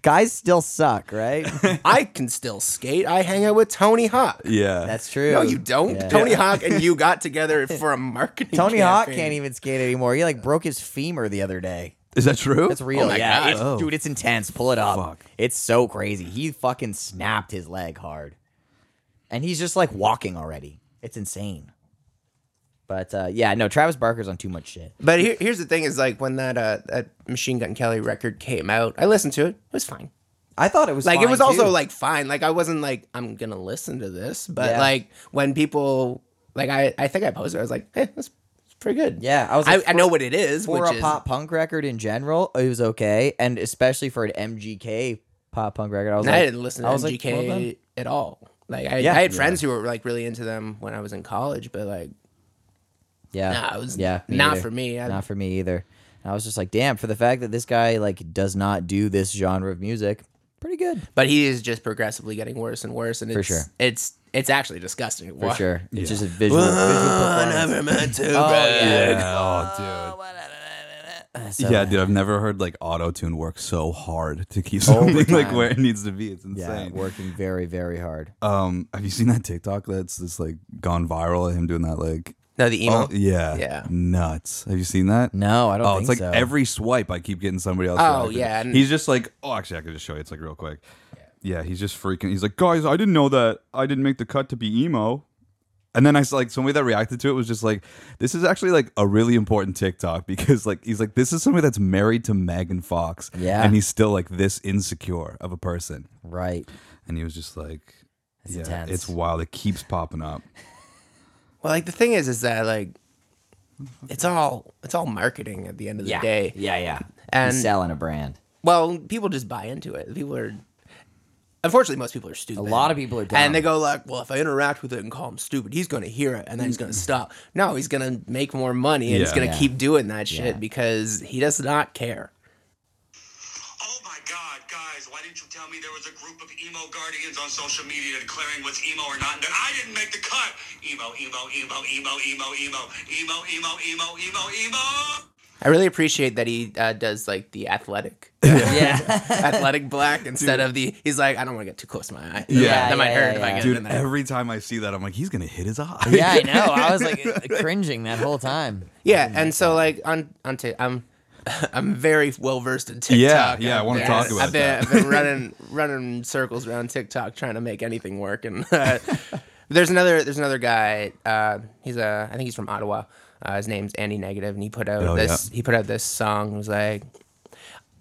Speaker 5: Guys still suck, right?
Speaker 6: I can still skate. I hang out with Tony Hawk.
Speaker 4: yeah.
Speaker 5: That's true.
Speaker 6: No, you don't.
Speaker 5: Yeah.
Speaker 6: Tony Hawk and you got together for a marketing.
Speaker 5: Tony Hawk
Speaker 6: campaign.
Speaker 5: can't even skate anymore. He like broke his femur the other day.
Speaker 4: Is that true?
Speaker 5: That's real.
Speaker 6: my
Speaker 5: yeah,
Speaker 6: God.
Speaker 5: it's-
Speaker 4: Oh.
Speaker 5: dude, it's intense. Pull it up.
Speaker 4: Fuck.
Speaker 5: It's so crazy. He fucking snapped his leg hard, and he's just like walking already. It's insane. But uh, yeah, no, Travis Barker's on too much shit.
Speaker 6: But here, here's the thing: is like when that uh, that Machine Gun Kelly record came out, I listened to it. It was fine.
Speaker 5: I thought it was
Speaker 6: Like it
Speaker 5: fine,
Speaker 6: was also
Speaker 5: too.
Speaker 6: like fine. Like I wasn't like I'm gonna listen to this, but
Speaker 5: Yeah.
Speaker 6: like when people like I I think I posted, I was like, hey, that's, that's pretty good.
Speaker 5: Yeah, I was
Speaker 6: I,
Speaker 5: like,
Speaker 6: I know what it is,
Speaker 5: for
Speaker 6: which
Speaker 5: a
Speaker 6: is
Speaker 5: pop punk record in general. It was okay, and especially for an MGK pop punk record, I was
Speaker 6: and
Speaker 5: like,
Speaker 6: I didn't listen to
Speaker 5: I was like, well
Speaker 6: MGK
Speaker 5: done.
Speaker 6: at all. Like I,
Speaker 5: Yeah.
Speaker 6: I had friends who were like really into them when I was in college, but like
Speaker 5: Yeah.
Speaker 6: Nah, it was
Speaker 5: yeah,
Speaker 6: not
Speaker 5: either.
Speaker 6: for me. I-
Speaker 5: not for me either. And I was just like, damn, for the fact that this guy like does not do this genre of music, pretty good.
Speaker 6: but he is just progressively getting worse and worse, and it's
Speaker 5: sure.
Speaker 6: it's it's actually disgusting.
Speaker 5: For sure. It's just a visual, visual performance. Uh,
Speaker 6: oh,
Speaker 4: yeah. Oh, dude. yeah, dude. I've never heard like auto tune work so hard to keep something like where it needs to be. It's
Speaker 5: Yeah,
Speaker 4: insane.
Speaker 5: working very, very hard.
Speaker 4: um, have you seen that TikTok that's just like gone viral? Him doing that like
Speaker 6: No, the emo.
Speaker 4: Oh, yeah.
Speaker 6: Yeah.
Speaker 4: Nuts. Have you seen that?
Speaker 5: No, I don't
Speaker 4: Oh,
Speaker 5: think
Speaker 4: it's like
Speaker 5: so.
Speaker 4: every swipe I keep getting somebody else.
Speaker 6: Oh,
Speaker 4: reacting.
Speaker 6: yeah, and-
Speaker 4: He's just like, oh, actually, I could just show you. It's like real quick. Yeah, he's just freaking. He's like, guys, I didn't know that I didn't make the cut to be emo. And then I saw like somebody that reacted to it was just like, this is actually like a really important TikTok because like he's like, this is somebody that's married to Megan Fox.
Speaker 5: Yeah.
Speaker 4: And he's still like this insecure of a person.
Speaker 5: right.
Speaker 4: And he was just like, yeah,
Speaker 5: intense.
Speaker 4: it's wild. It keeps popping up.
Speaker 6: Well, like the thing is, is that like it's all it's all marketing at the end of the
Speaker 5: Yeah.
Speaker 6: day.
Speaker 5: Yeah, yeah.
Speaker 6: And-
Speaker 5: He's selling a brand.
Speaker 6: Well, people just buy into it. People are, unfortunately, most people are stupid.
Speaker 5: A lot of people are dumb.
Speaker 6: and they go like, "Well, if I interact with it and call him stupid, he's going to hear it, and then he's going to stop." No, he's going to make more money, and he's
Speaker 4: Yeah.
Speaker 6: going to
Speaker 5: Mm-hmm. Yeah.
Speaker 6: keep doing that shit
Speaker 5: Yeah.
Speaker 6: because he does not care.
Speaker 7: Oh my God, guys, why didn't you tell me there was a group of emo guardians on social media declaring what's emo or not, and that I didn't make the cut? Emo, emo, emo, emo, emo, emo, emo, emo, emo, emo, emo.
Speaker 6: I really appreciate that he uh, does like the athletic,
Speaker 5: yeah.
Speaker 6: athletic black instead of the. He's like, I don't want to get too close to my eye.
Speaker 5: Yeah,
Speaker 6: that might
Speaker 5: yeah,
Speaker 6: hurt
Speaker 5: yeah,
Speaker 6: if
Speaker 5: yeah.
Speaker 6: I get in
Speaker 4: Dude,
Speaker 6: there.
Speaker 4: every time I see that, I'm like, he's gonna hit his eye.
Speaker 5: yeah, I know. I was like cringing that whole time.
Speaker 6: Yeah, and so like on on t- I'm I'm very well versed in TikTok.
Speaker 4: Yeah, yeah, I
Speaker 6: I've
Speaker 4: wanna
Speaker 6: been-
Speaker 4: talk about
Speaker 6: I've been,
Speaker 4: that.
Speaker 6: I've been running running circles around TikTok trying to make anything work. And uh, there's another there's another guy. Uh, he's a I think he's from Ottawa. Uh, his name's Andy Negative, and he put out
Speaker 4: Oh,
Speaker 6: this
Speaker 4: yeah.
Speaker 6: he put out this song. It was like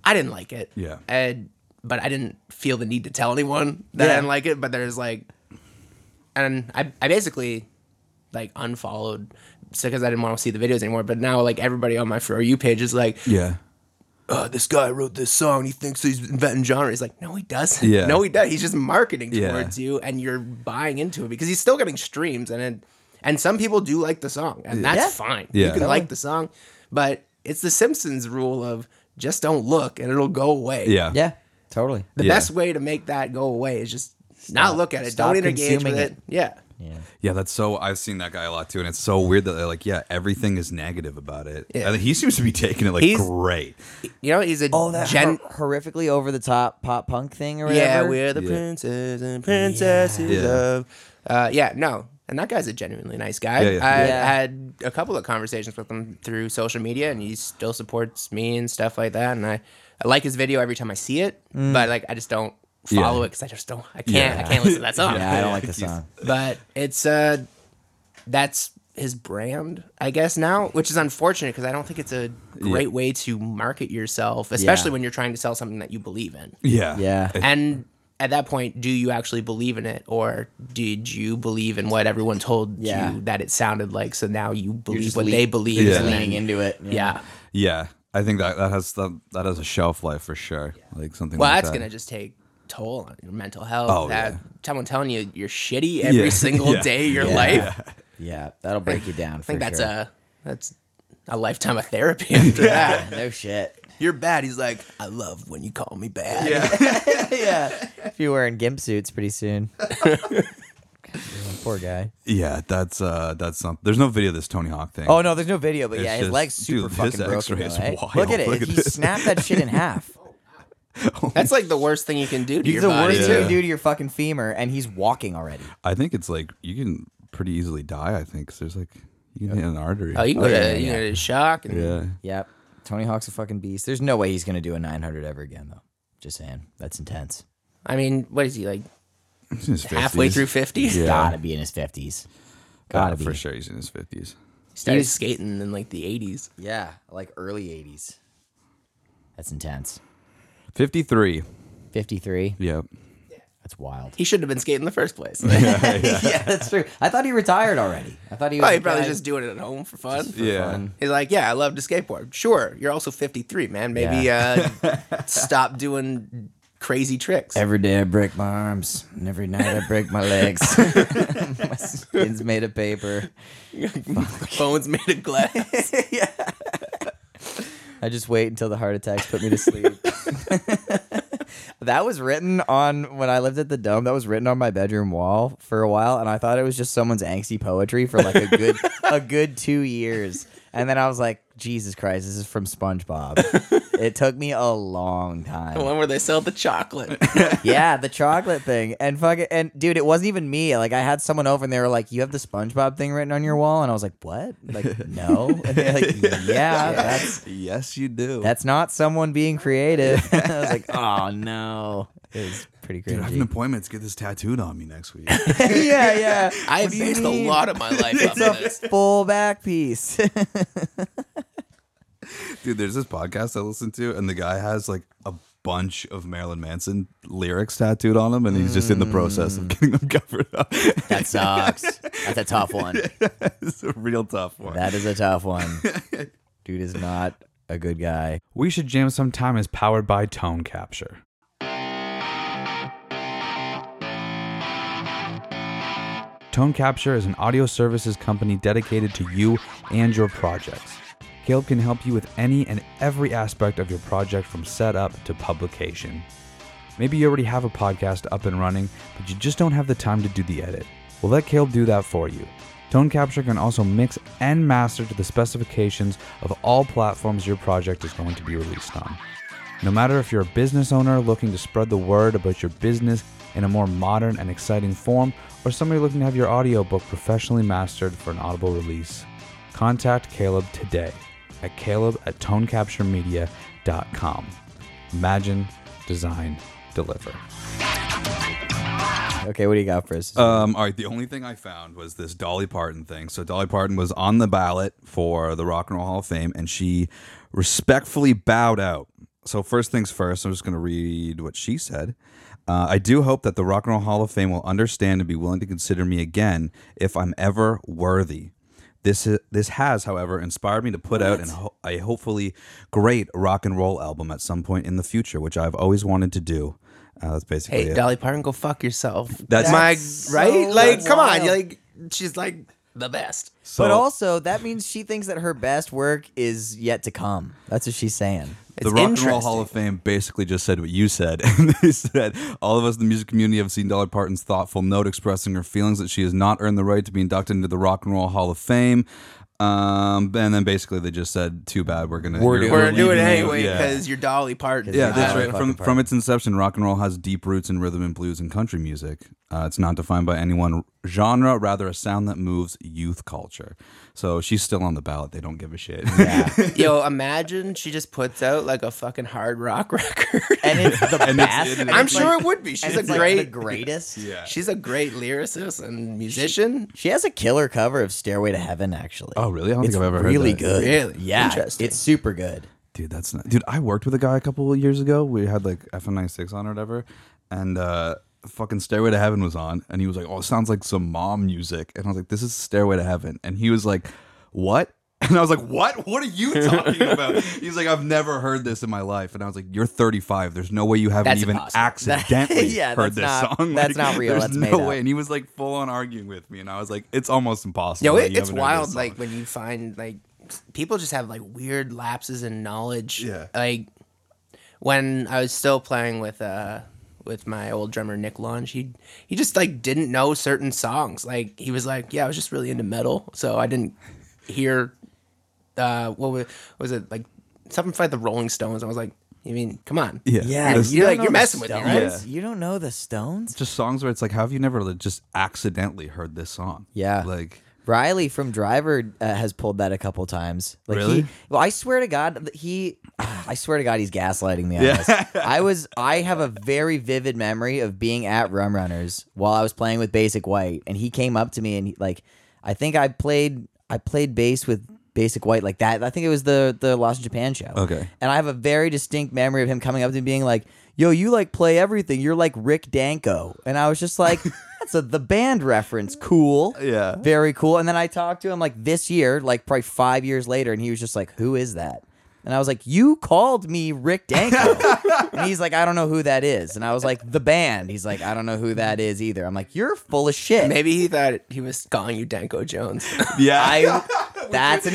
Speaker 6: I didn't like it.
Speaker 4: Yeah.
Speaker 6: And but I didn't feel the need to tell anyone that I
Speaker 5: Yeah.
Speaker 6: didn't like it. But there's like, and I I basically like unfollowed because I didn't want to see the videos anymore. But now like everybody on my for you page is like,
Speaker 4: yeah.
Speaker 6: oh, this guy wrote this song. He thinks he's inventing genre. He's like, no, he doesn't.
Speaker 4: Yeah.
Speaker 6: No, he does. He's just marketing
Speaker 4: Yeah.
Speaker 6: towards you, and you're buying into it because he's still getting streams. And it, and some people do like the song, and that's
Speaker 5: Yeah.
Speaker 6: fine.
Speaker 4: Yeah.
Speaker 6: You can like the song, but it's the Simpsons rule of just don't look, and it'll go away.
Speaker 4: Yeah.
Speaker 5: Yeah, totally.
Speaker 6: The
Speaker 4: Yeah.
Speaker 6: best way to make that go away is just not look at it.
Speaker 5: Stop
Speaker 6: Don't engage with
Speaker 5: consuming
Speaker 6: it.
Speaker 5: it.
Speaker 6: Yeah.
Speaker 4: Yeah, that's so. I've seen that guy a lot too, and it's so weird that they're like, yeah, everything is negative about it.
Speaker 6: Yeah.
Speaker 4: And he seems to be taking it like
Speaker 6: He's-
Speaker 4: great.
Speaker 6: You know, he's a
Speaker 5: Oh, that
Speaker 6: gen.
Speaker 5: hor- horrifically over the top pop punk thing or whatever.
Speaker 6: yeah, we're the
Speaker 4: Yeah.
Speaker 6: princes and princesses
Speaker 4: Yeah.
Speaker 6: of. Uh, yeah, no. And that guy's a genuinely nice guy.
Speaker 4: Yeah, yeah.
Speaker 6: I
Speaker 5: Yeah.
Speaker 6: had a couple of conversations with him through social media, and he still supports me and stuff like that. And I, I like his video every time I see it,
Speaker 4: Mm.
Speaker 6: but like I just don't follow it because I just don't. I can't. I can't listen to that song.
Speaker 5: Yeah, I don't like the song.
Speaker 6: but it's uh that's his brand i guess now which is unfortunate because i don't think it's a great way to market yourself especially
Speaker 5: Yeah.
Speaker 6: when you're trying to sell something that you believe in
Speaker 4: Yeah.
Speaker 5: Yeah.
Speaker 6: and at that point do you actually believe in it or did you believe in what everyone told
Speaker 5: Yeah.
Speaker 6: you that it sounded like so now you believe
Speaker 5: just
Speaker 6: what
Speaker 5: lea-
Speaker 6: they believe
Speaker 4: Yeah.
Speaker 6: and then-
Speaker 5: Leaning into it. Yeah.
Speaker 6: yeah
Speaker 4: Yeah. I think that that has that, that has a shelf life for sure. Like something.
Speaker 6: well
Speaker 4: like
Speaker 6: that's
Speaker 4: that.
Speaker 6: gonna just take toll on your mental health
Speaker 4: Oh,
Speaker 6: that
Speaker 4: yeah.
Speaker 6: someone telling you you're shitty every
Speaker 4: Yeah.
Speaker 6: single
Speaker 4: Yeah.
Speaker 6: day of your
Speaker 5: Yeah.
Speaker 6: life
Speaker 5: Yeah, that'll break you down.
Speaker 6: i think that's
Speaker 5: sure.
Speaker 6: a that's a lifetime of therapy after that
Speaker 5: No shit.
Speaker 6: You're bad. He's like, I love when you call me bad.
Speaker 5: yeah. If you're wearing gimp suits pretty soon. Poor guy.
Speaker 4: Yeah, that's uh, that's something. There's no video of this Tony Hawk thing.
Speaker 5: Oh no, there's no video, but
Speaker 4: It's
Speaker 5: yeah, his
Speaker 4: just-
Speaker 5: leg's
Speaker 4: dude,
Speaker 5: super
Speaker 4: his
Speaker 5: fucking broken.
Speaker 4: x-ray is
Speaker 5: though, eh?
Speaker 4: wild.
Speaker 5: Look at it.
Speaker 4: Look at
Speaker 5: he
Speaker 4: this.
Speaker 5: snapped that shit in half.
Speaker 6: That's like the worst thing you can do to
Speaker 5: It's
Speaker 6: your
Speaker 5: the
Speaker 6: body.
Speaker 5: worst thing you
Speaker 4: Yeah.
Speaker 5: can do to your fucking femur, and he's walking already.
Speaker 4: I think it's like you can pretty easily die. I think 'cause there's like you can hit an artery.
Speaker 6: Oh, you can go
Speaker 5: yeah,
Speaker 6: to you
Speaker 5: yeah.
Speaker 6: can go to shock. And
Speaker 4: yeah.
Speaker 5: Yep. Tony Hawk's a fucking beast. There's no way he's gonna do a 900 ever again, though. Just saying, that's intense.
Speaker 6: I mean, what is he like?
Speaker 4: He's in his
Speaker 6: Halfway
Speaker 4: 50s.
Speaker 6: through fifty?
Speaker 4: Yeah.
Speaker 5: Gotta be in his 50s. Gotta
Speaker 4: Yeah,
Speaker 5: be
Speaker 4: for sure. He's in his fifties.
Speaker 6: Started skating in like the eighties.
Speaker 5: Yeah, like early 80s. That's intense.
Speaker 4: Fifty-three.
Speaker 5: 53.
Speaker 4: Yep.
Speaker 5: That's wild.
Speaker 6: He shouldn't have been skating in the first place. oh,
Speaker 5: yeah, that's true. I thought he retired already. I thought he was.
Speaker 6: he
Speaker 5: the
Speaker 6: probably
Speaker 5: guy-
Speaker 6: just doing it at home for fun.
Speaker 4: Yeah.
Speaker 5: fun.
Speaker 6: He's like, yeah, I love to skateboard. Sure, you're also 53, man. Maybe uh, stop doing crazy tricks.
Speaker 5: Every day I break my arms, and every night I break my legs. my skin's made of paper.
Speaker 6: Phones made of glass.
Speaker 5: I just wait until the heart attacks put me to sleep. that was written on when I lived at the dome. That was written on my bedroom wall for a while, and I thought it was just someone's angsty poetry for like a good a good two years. And then I was like, Jesus Christ, this is from SpongeBob. it took me a long time.
Speaker 6: the one where they sell the chocolate.
Speaker 5: yeah, the chocolate thing. And fucking and dude, it wasn't even me. Like I had someone over and they were like, "You have the SpongeBob thing written on your wall?" And I was like, "What?" Like, "No." And they're like, "Yeah, that's
Speaker 4: Yes, you do.
Speaker 5: that's not someone being creative." I was like, "Oh no." It was pretty
Speaker 4: Dude, I have an
Speaker 5: crazy.
Speaker 4: appointment to get this tattooed on me next week.
Speaker 5: yeah, yeah.
Speaker 6: I have
Speaker 5: do you
Speaker 6: based a
Speaker 5: mean?
Speaker 6: lot of my life off of this.
Speaker 5: Full back piece.
Speaker 4: Dude, there's this podcast I listen to, and the guy has like a bunch of Marilyn Manson lyrics tattooed on him, and he's just in the process
Speaker 8: Mm.
Speaker 4: of getting them covered up.
Speaker 5: That sucks. That's a tough one.
Speaker 4: it's a real tough one.
Speaker 5: That is a tough one. Dude is not a good guy.
Speaker 8: We Should Jam Sometime is powered by Tone Capture. Tone Capture is an audio services company dedicated to you and your projects. Caleb can help you with any and every aspect of your project from setup to publication. Maybe you already have a podcast up and running, but you just don't have the time to do the edit. Well, let Caleb do that for you. Tone Capture can also mix and master to the specifications of all platforms your project is going to be released on. No matter if you're a business owner looking to spread the word about your business in a more modern and exciting form, or somebody looking to have your audiobook professionally mastered for an audible release, contact Caleb today at caleb at tonecapturemedia.com. Imagine, design, deliver.
Speaker 5: Okay, what do you got for us?
Speaker 4: Um, all right. The only thing I found was this Dolly Parton thing. So Dolly Parton was on the ballot for the Rock and Roll Hall of Fame, and she respectfully bowed out. So first things first, I'm just going to read what she said. Uh, I do hope that the Rock and Roll Hall of Fame will understand and be willing to consider me again if I'm ever worthy. This is, this has, however, inspired me to put out and ho- a hopefully great rock and roll album at some point in the future, which I've always wanted to do. Uh, that's basically
Speaker 6: Hey,
Speaker 4: it.
Speaker 6: Dolly Parton, go fuck yourself.
Speaker 4: That's-
Speaker 6: my right. like, come
Speaker 5: wild.
Speaker 6: on, like she's like the best.
Speaker 4: So-
Speaker 5: but also, that means she thinks that her best work is yet to come. That's what she's saying.
Speaker 4: the
Speaker 6: It's
Speaker 4: Rock and Roll Hall
Speaker 6: interesting.
Speaker 4: of Fame basically just said what you said. And they said, All of us in the music community have seen Dolly Parton's thoughtful note expressing her feelings that she has not earned the right to be inducted into the Rock and Roll Hall of Fame. Um, and then basically they just said, Too bad, we're going to
Speaker 5: We're doing
Speaker 6: We're gonna do it anyway
Speaker 4: Yeah,
Speaker 6: because you're Dolly Parton. Uh,
Speaker 4: yeah
Speaker 5: Dolly
Speaker 4: that's right.
Speaker 5: fucking
Speaker 4: From,
Speaker 5: Parton.
Speaker 4: from its inception, rock and roll has deep roots in rhythm and blues and country music. Uh, it's not defined by any one genre, rather, a sound that moves youth culture. So she's still on the ballot. They don't give a shit.
Speaker 6: Yo, imagine she just puts out like a fucking hard rock record.
Speaker 5: And it's the
Speaker 4: And it's-
Speaker 5: best.
Speaker 4: it-
Speaker 5: and
Speaker 6: I'm
Speaker 5: it's
Speaker 6: sure
Speaker 5: like-
Speaker 6: it would be.
Speaker 5: and
Speaker 6: She's a
Speaker 5: it's like
Speaker 6: great,
Speaker 5: the greatest.
Speaker 4: yeah.
Speaker 6: she's a great lyricist and musician.
Speaker 5: She has a killer cover of Stairway to Heaven, actually.
Speaker 4: Oh, really? I don't
Speaker 5: it's
Speaker 4: think I've ever
Speaker 5: really
Speaker 4: heard that.
Speaker 5: good.
Speaker 6: Really?
Speaker 5: Yeah.
Speaker 6: Interesting.
Speaker 5: It's super good.
Speaker 4: Dude, that's not. Dude, I worked with a guy a couple of years ago. We had like FN96 on or whatever, and uh, fucking Stairway to Heaven was on, and he was like, "Oh, it sounds like some mom music," and I was like, "This is Stairway to Heaven," and he was like, "What?" And I was like, "What? What are you talking about?" He's like, "I've never heard this in my life," and I was like, "You're 35. There's no way you haven't
Speaker 5: That's
Speaker 4: even
Speaker 5: impossible.
Speaker 4: accidentally
Speaker 5: Yeah,
Speaker 4: heard
Speaker 5: that's
Speaker 4: this
Speaker 5: not-
Speaker 4: song.
Speaker 5: that's not real.
Speaker 4: There's
Speaker 5: That's
Speaker 4: no
Speaker 5: made up.
Speaker 4: way." And he was like full on arguing with me, and I was like, "It's almost impossible."
Speaker 6: Yo,
Speaker 4: that
Speaker 6: it,
Speaker 4: you
Speaker 6: it's
Speaker 4: haven't heard this
Speaker 6: wild.
Speaker 4: song."
Speaker 6: Like when you find like people just have like weird lapses in knowledge.
Speaker 4: Yeah.
Speaker 6: Like when I was still playing with uh with my old drummer Nick Lange, he he just like didn't know certain songs. Like he was like, yeah, I was just really into metal, so I didn't hear uh what was, was it like something by the Rolling Stones. I was like, you mean, come on,
Speaker 4: yeah,
Speaker 5: You
Speaker 4: This-
Speaker 6: You're
Speaker 5: don't
Speaker 6: like
Speaker 5: know
Speaker 6: you're
Speaker 5: the
Speaker 6: messing with me, right?
Speaker 5: Stones? You don't know the Stones?
Speaker 4: just songs where it's like, how have you never like, just accidentally heard this song?
Speaker 5: Yeah.
Speaker 4: like
Speaker 5: Riley from Driver uh, has pulled that a couple times. Like
Speaker 4: Really?
Speaker 5: He, well, I swear to God, th- he. I swear to God, he's gaslighting me on this. I was. I have a very vivid memory of being at Rum Runners while I was playing with Basic White, and he came up to me and he, like, I think I played. I played bass with Basic White like that. I think it was the the Lost in Japan show.
Speaker 4: Okay.
Speaker 5: And I have a very distinct memory of him coming up to me being like, "Yo, you like play everything. You're like Rick Danko." And I was just like, "That's a the band reference. Cool.
Speaker 4: Yeah.
Speaker 5: very cool." And then I talked to him like this year, like probably five years later, and he was just like, "Who is that?" And I was like, "You called me Rick Danko," and he's like, "I don't know who that is." And I was like, "The band." He's like, "I don't know who that is either." I'm like, "You're full of shit."
Speaker 6: Maybe he thought he was calling you Danko Jones.
Speaker 4: yeah,
Speaker 5: I. That's an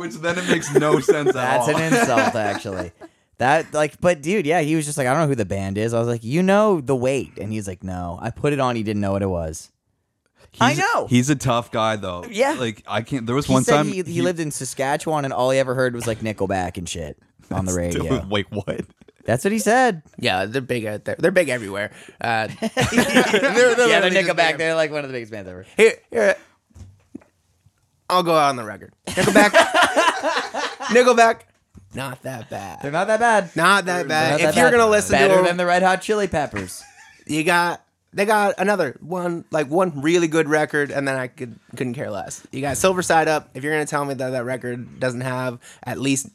Speaker 4: which then it makes no sense at
Speaker 5: That's
Speaker 4: all.
Speaker 5: an insult, actually. That like, but dude, yeah, he was just like, I don't know who the band is. I was like, you know, the weight, and he's like, no, I put it on. He didn't know what it was. I
Speaker 4: He's-
Speaker 5: know.
Speaker 4: he's a tough guy though.
Speaker 5: Yeah.
Speaker 4: like I can't. There was
Speaker 5: He
Speaker 4: one
Speaker 5: said
Speaker 4: time
Speaker 5: he, he, lived in Saskatchewan, and all he ever heard was like Nickelback and shit on the radio.
Speaker 4: Wait, what?
Speaker 5: That's what he said.
Speaker 6: yeah, they're big out there. They're big everywhere. Uh,
Speaker 5: yeah, they're
Speaker 6: literally just
Speaker 5: Nickelback.
Speaker 6: big.
Speaker 5: They're like one of the biggest bands ever.
Speaker 6: Here, here. I'll go out on the record. Nickelback. Nickelback. Not that bad.
Speaker 5: They're not that bad.
Speaker 6: Not that
Speaker 5: They're
Speaker 6: bad.
Speaker 5: not that
Speaker 6: if you're
Speaker 5: bad.
Speaker 6: gonna listen
Speaker 5: better
Speaker 6: to them,
Speaker 5: than the Red Hot Chili Peppers.
Speaker 6: you got they got another one like one really good record, and then I could couldn't care less. You got Silver Side Up. If you're gonna tell me that that record doesn't have at least